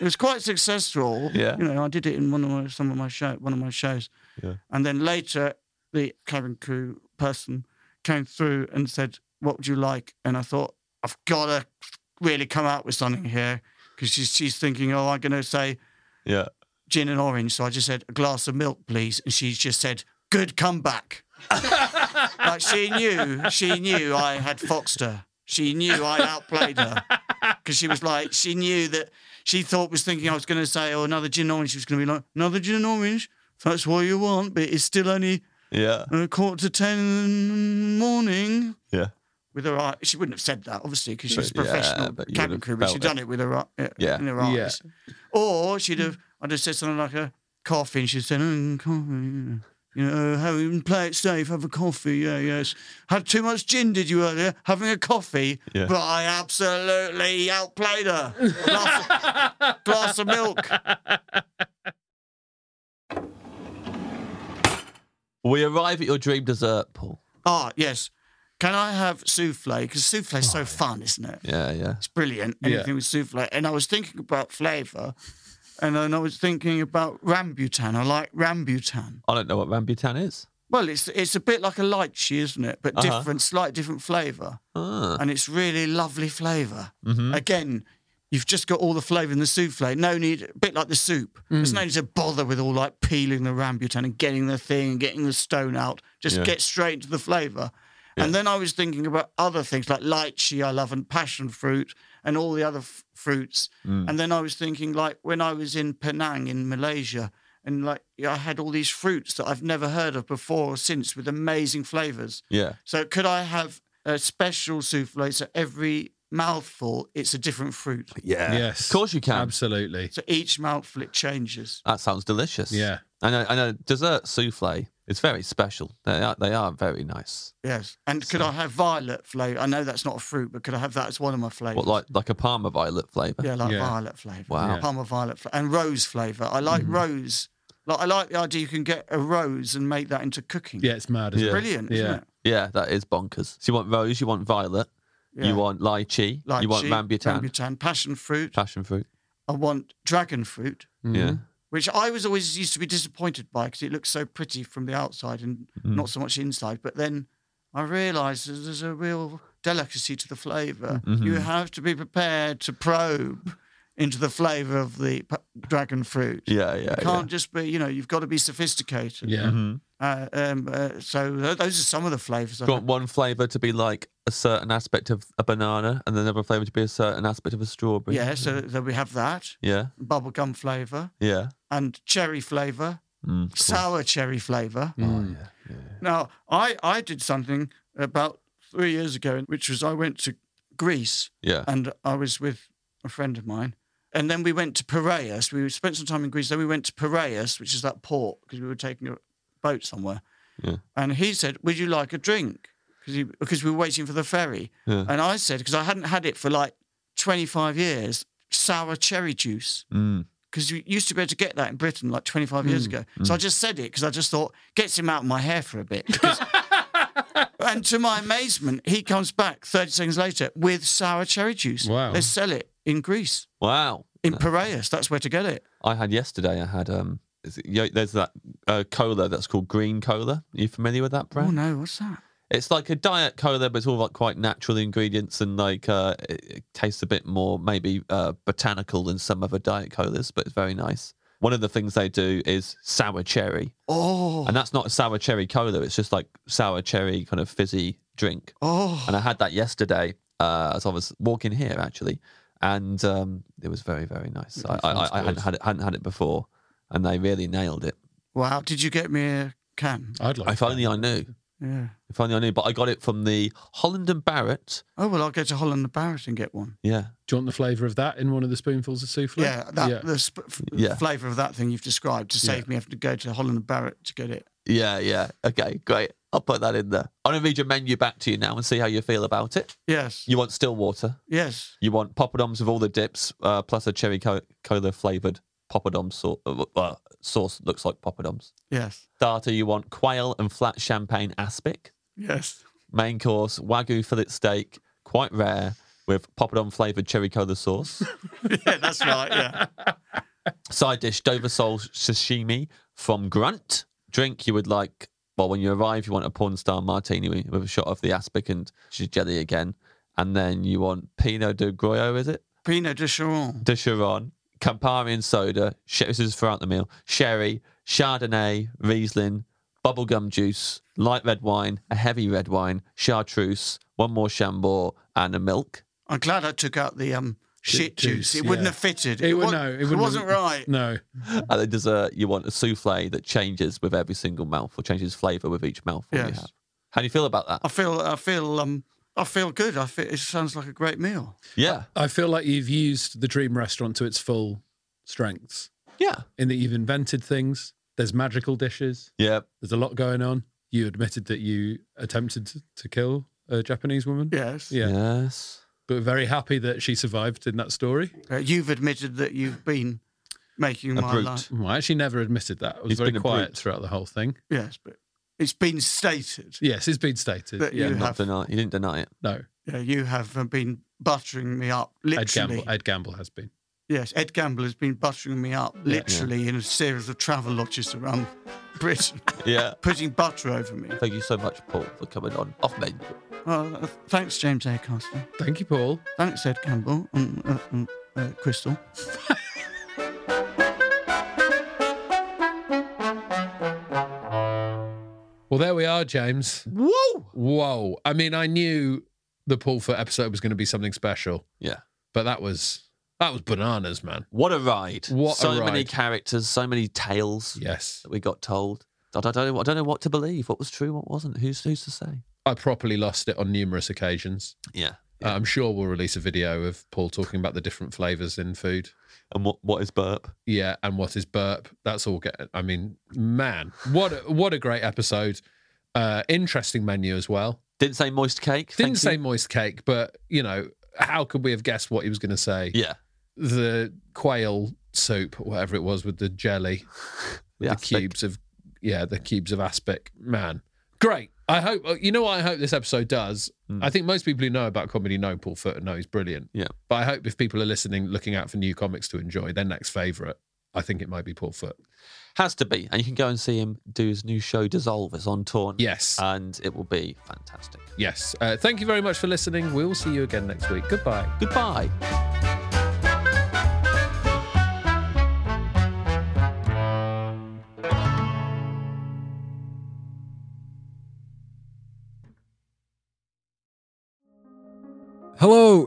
it was quite successful.
Yeah.
You know, I did it in one of my, some of my show, one of my shows.
Yeah.
And then later, the cabin crew person came through and said, "What would you like?" And I thought, "I've got to really come out with something here," because she's, she's thinking, "Oh, I'm going to say."
Yeah.
gin and orange. So I just said, a glass of milk, please. And she just said, good comeback. like she knew, she knew I had foxed her. She knew I outplayed her because she was like, she knew that she thought was thinking I was going to say, oh, another gin and orange. She was going to be like, another gin and orange. If That's what you want, but it's still only
Yeah.
a quarter to ten in the morning.
Yeah.
With her eye, she wouldn't have said that obviously because she was a
But, yeah,
professional
but you would
cabin
have
crew, but she'd
felt
done it with her eye, uh,
Yeah.
in her
Yeah.
eyes. Or she'd have, I'd have said something like a coffee, and she'd said, oh, coffee, you know, have you play it safe, have a coffee, yeah, yes. Had too much gin, did you earlier? Having a coffee,
Yeah.
but I absolutely outplayed her. glass, of, glass of milk.
We arrive at your dream dessert, Paul.
Ah, yes. Can I have souffle? Because souffle's so fun, isn't it?
Yeah. Yeah.
It's brilliant.
Yeah.
Anything with souffle. And I was thinking about flavour, and then I was thinking about rambutan. I like rambutan.
I don't know what rambutan is.
Well, it's it's a bit like a lychee, isn't it? But
Uh-huh.
different, slight different flavour,
Ah. Mm-hmm.
and it's really lovely flavor Again, you've just got all the flavour in the souffle. No need, a bit like the soup. There's
Mm.
no need to bother with all like peeling the rambutan and getting the thing and getting the stone out. Just
Yeah.
get straight into the flavour. And then I was thinking about other things like lychee, I love, and passion fruit, and all the other f- fruits.
Mm.
And then I was thinking, like, when I was in Penang in Malaysia, and like, I had all these fruits that I've never heard of before or since with amazing flavors.
Yeah.
So, could I have a special souffle? So, every mouthful, it's a different fruit.
Yeah.
Yes.
Of course you can.
Absolutely.
So, each mouthful, it changes.
That sounds delicious.
Yeah.
I know. I know. Dessert souffle. It's very special. They are. They are very nice.
Yes. And could I have violet flavor? I know that's not a fruit, but could I have that as one of my flavors?
What like like a Parma violet flavour.
Yeah, like
Yeah.
violet flavour.
Wow.
Yeah. Mm-hmm.
Palmer violet fla- and rose flavour. I like rose. Like I like the idea you can get a rose and make that into cooking.
Yeah, it's mad. Isn't
Yeah.
it?
Brilliant, isn't
Yeah.
it?
Yeah, that is bonkers. So you want rose, you want violet,
Yeah.
you want lychee, you want
Lychee,
rambutan,
passion fruit.
passion fruit.
I want dragon fruit,
Yeah.
which I was always used to be disappointed by because it looks so pretty from the outside and
Mm.
not so much inside. But then I realised that there's a real delicacy to the flavor
Mm-hmm.
You have to be prepared to probe into the flavour of the p- dragon fruit.
Yeah, yeah,
You can't just be, you know, you've got to be sophisticated.
Yeah.
Mm-hmm.
Uh, um, uh, so th- those are some of the flavors. I
Do you want
have.
one flavour to be like a certain aspect of a banana and another flavour to be a certain aspect of a strawberry?
Yeah, so, so we have that
Yeah.
bubblegum flavor
Yeah.
and cherry flavor,
Mm,
sour cherry flavor. Now, I, I did something about three years ago, which was I went to Greece
Yeah.
and I was with a friend of mine. And then we went to Piraeus. We spent some time in Greece. Then we went to Piraeus, which is that port, because we were taking a boat somewhere.
Yeah.
And he said, "Would you like a drink?" Because because we were waiting for the ferry.
Yeah.
And I said, because I hadn't had it for like 25 years, sour cherry juice.
Mm.
Because you used to be able to get that in Britain like 25 years ago. So I just said it because I just thought gets him out of my hair for a bit. Because- and to my amazement, he comes back 30 seconds later with sour cherry juice.
Wow.
They sell it in Greece,
Wow.
in Piraeus. That's where to get it.
I had yesterday. I had um. Is it, yo- there's that uh, cola that's called green cola. Are you familiar with that brand?
Oh no, what's that?
It's like a diet cola, but it's all like quite natural ingredients and like uh, it, it tastes a bit more maybe uh, botanical than some other diet colas, but it's very nice. One of the things they do is sour cherry,
Oh,
and that's not a sour cherry cola. It's just like sour cherry kind of fizzy drink.
oh.
And I had that yesterday uh, as I was walking here actually, and um, it was very very nice. I, I, I hadn't had it hadn't had it before, and they really nailed it.
Wow, did you get me a can?
I'd like.
If only I knew.
Yeah.
If only I knew. But I got it from the Holland and Barrett.
Oh well, I'll go to Holland and Barrett and get one.
Yeah.
Do you want the flavour of that in one of the spoonfuls of souffle?
Yeah, that the sp- f-
Yeah.
flavour of that thing you've described to save me having to go to Holland and Barrett to get it.
Yeah, yeah. Okay, great. I'll put that in there. I'm going to read your menu back to you now and see how you feel about it.
Yes,
You want still water.
yes.
You want poppadoms with all the dips, uh, plus a cherry co- cola flavoured poppadom sauce. Uh, uh, sauce that looks like poppadoms.
Yes,
Starter, you want quail and flat champagne aspic.
yes.
Main course, wagyu fillet steak, quite rare, with poppadom flavoured cherry cola sauce.
yeah, that's right. Yeah,
Side dish, Dover sole sashimi from Grunt. Drink you would like, well, when you arrive, you want a porn star martini with with a shot of the aspic and she's jelly again. And then you want Pinot de Goyo, is it?
Pinot de Charon.
De Chiron, Campari and soda. Sh- this is throughout the meal. Sherry, Chardonnay, Riesling, bubblegum juice, light red wine, a heavy red wine, chartreuse, one more Chambord, and a milk.
I'm glad I took out the um shit
juice,
juice. It wouldn't
yeah.
have fitted.
It, would,
wa-
no, it,
it
wouldn't
wasn't
have-
right.
No.
And then dessert, you want a souffle that changes with every single mouthful, changes flavour with each mouthful you
Yes.
have. How do you feel about that?
I feel. I feel. Um. I feel good. I feel, it sounds like a great meal.
Yeah.
I feel like you've used the dream restaurant to its full strengths
Yeah.
in that you've invented things. There's magical dishes.
Yeah.
There's a lot going on. You admitted that you attempted to- to kill a Japanese woman.
Yes.
Yeah.
Yes.
But we're very happy that she survived in that story.
Uh, you've admitted that you've been making
A
my
brute.
life.
Well, I actually never admitted that. I was
He's
very
been a
quiet
brute.
throughout the whole thing.
Yes, but it's been stated.
Yes, it's been stated.
That
yeah.
you-
Not
have-
deny. You didn't deny it.
no,
Yeah, you have uh, been buttering me up,
Ed
literally.
Gamble. Ed Gamble has been.
Yes, Ed Gamble has been buttering me up, literally, in a series of travel lodges around Britain,
Yeah.
putting butter over me.
Thank you so much, Paul, for coming on. Off menu.
Well, uh, thanks, James Acaster.
Thank you, Paul.
Thanks, Ed Gamble and uh, and, uh, Crystal.
Well, there we are, James.
Whoa.
Whoa. I mean, I knew the Paul Foot episode was going to be something special,
Yeah.
but that was that was bananas, man.
What a ride.
What a
so many
ride.
characters, so many tales
Yes.
that we got told. I don't, I don't know, I don't know what to believe. What was true, what wasn't. Who's who's to say?
I properly lost it on numerous occasions.
Yeah.
Uh, I'm sure we'll release a video of Paul talking about the different flavors in food.
And what what is burp?
Yeah, and what is burp? That's all. Get, I mean, man, what a, what a great episode. Uh, interesting menu as well.
Didn't say moist cake.
Didn't
Thank
say
you.
moist cake, but you know, how could we have guessed what he was going to say?
Yeah.
The quail soup, whatever it was, with the jelly, with
Yeah,
the cubes of yeah, the cubes of aspic. Man, great. I hope you know what I hope this episode does.
Mm.
I think most people who know about comedy know Paul Foot and know he's brilliant.
Yeah.
But I hope if people are listening, looking out for new comics to enjoy, their next favourite, I think it might be Paul Foot.
Has to be. And you can go and see him do his new show Dissolve. It's on Torn.
Yes.
And it will be fantastic.
yes. Uh, thank you very much for listening. We'll see you again next week. Goodbye.
Goodbye.
Hello,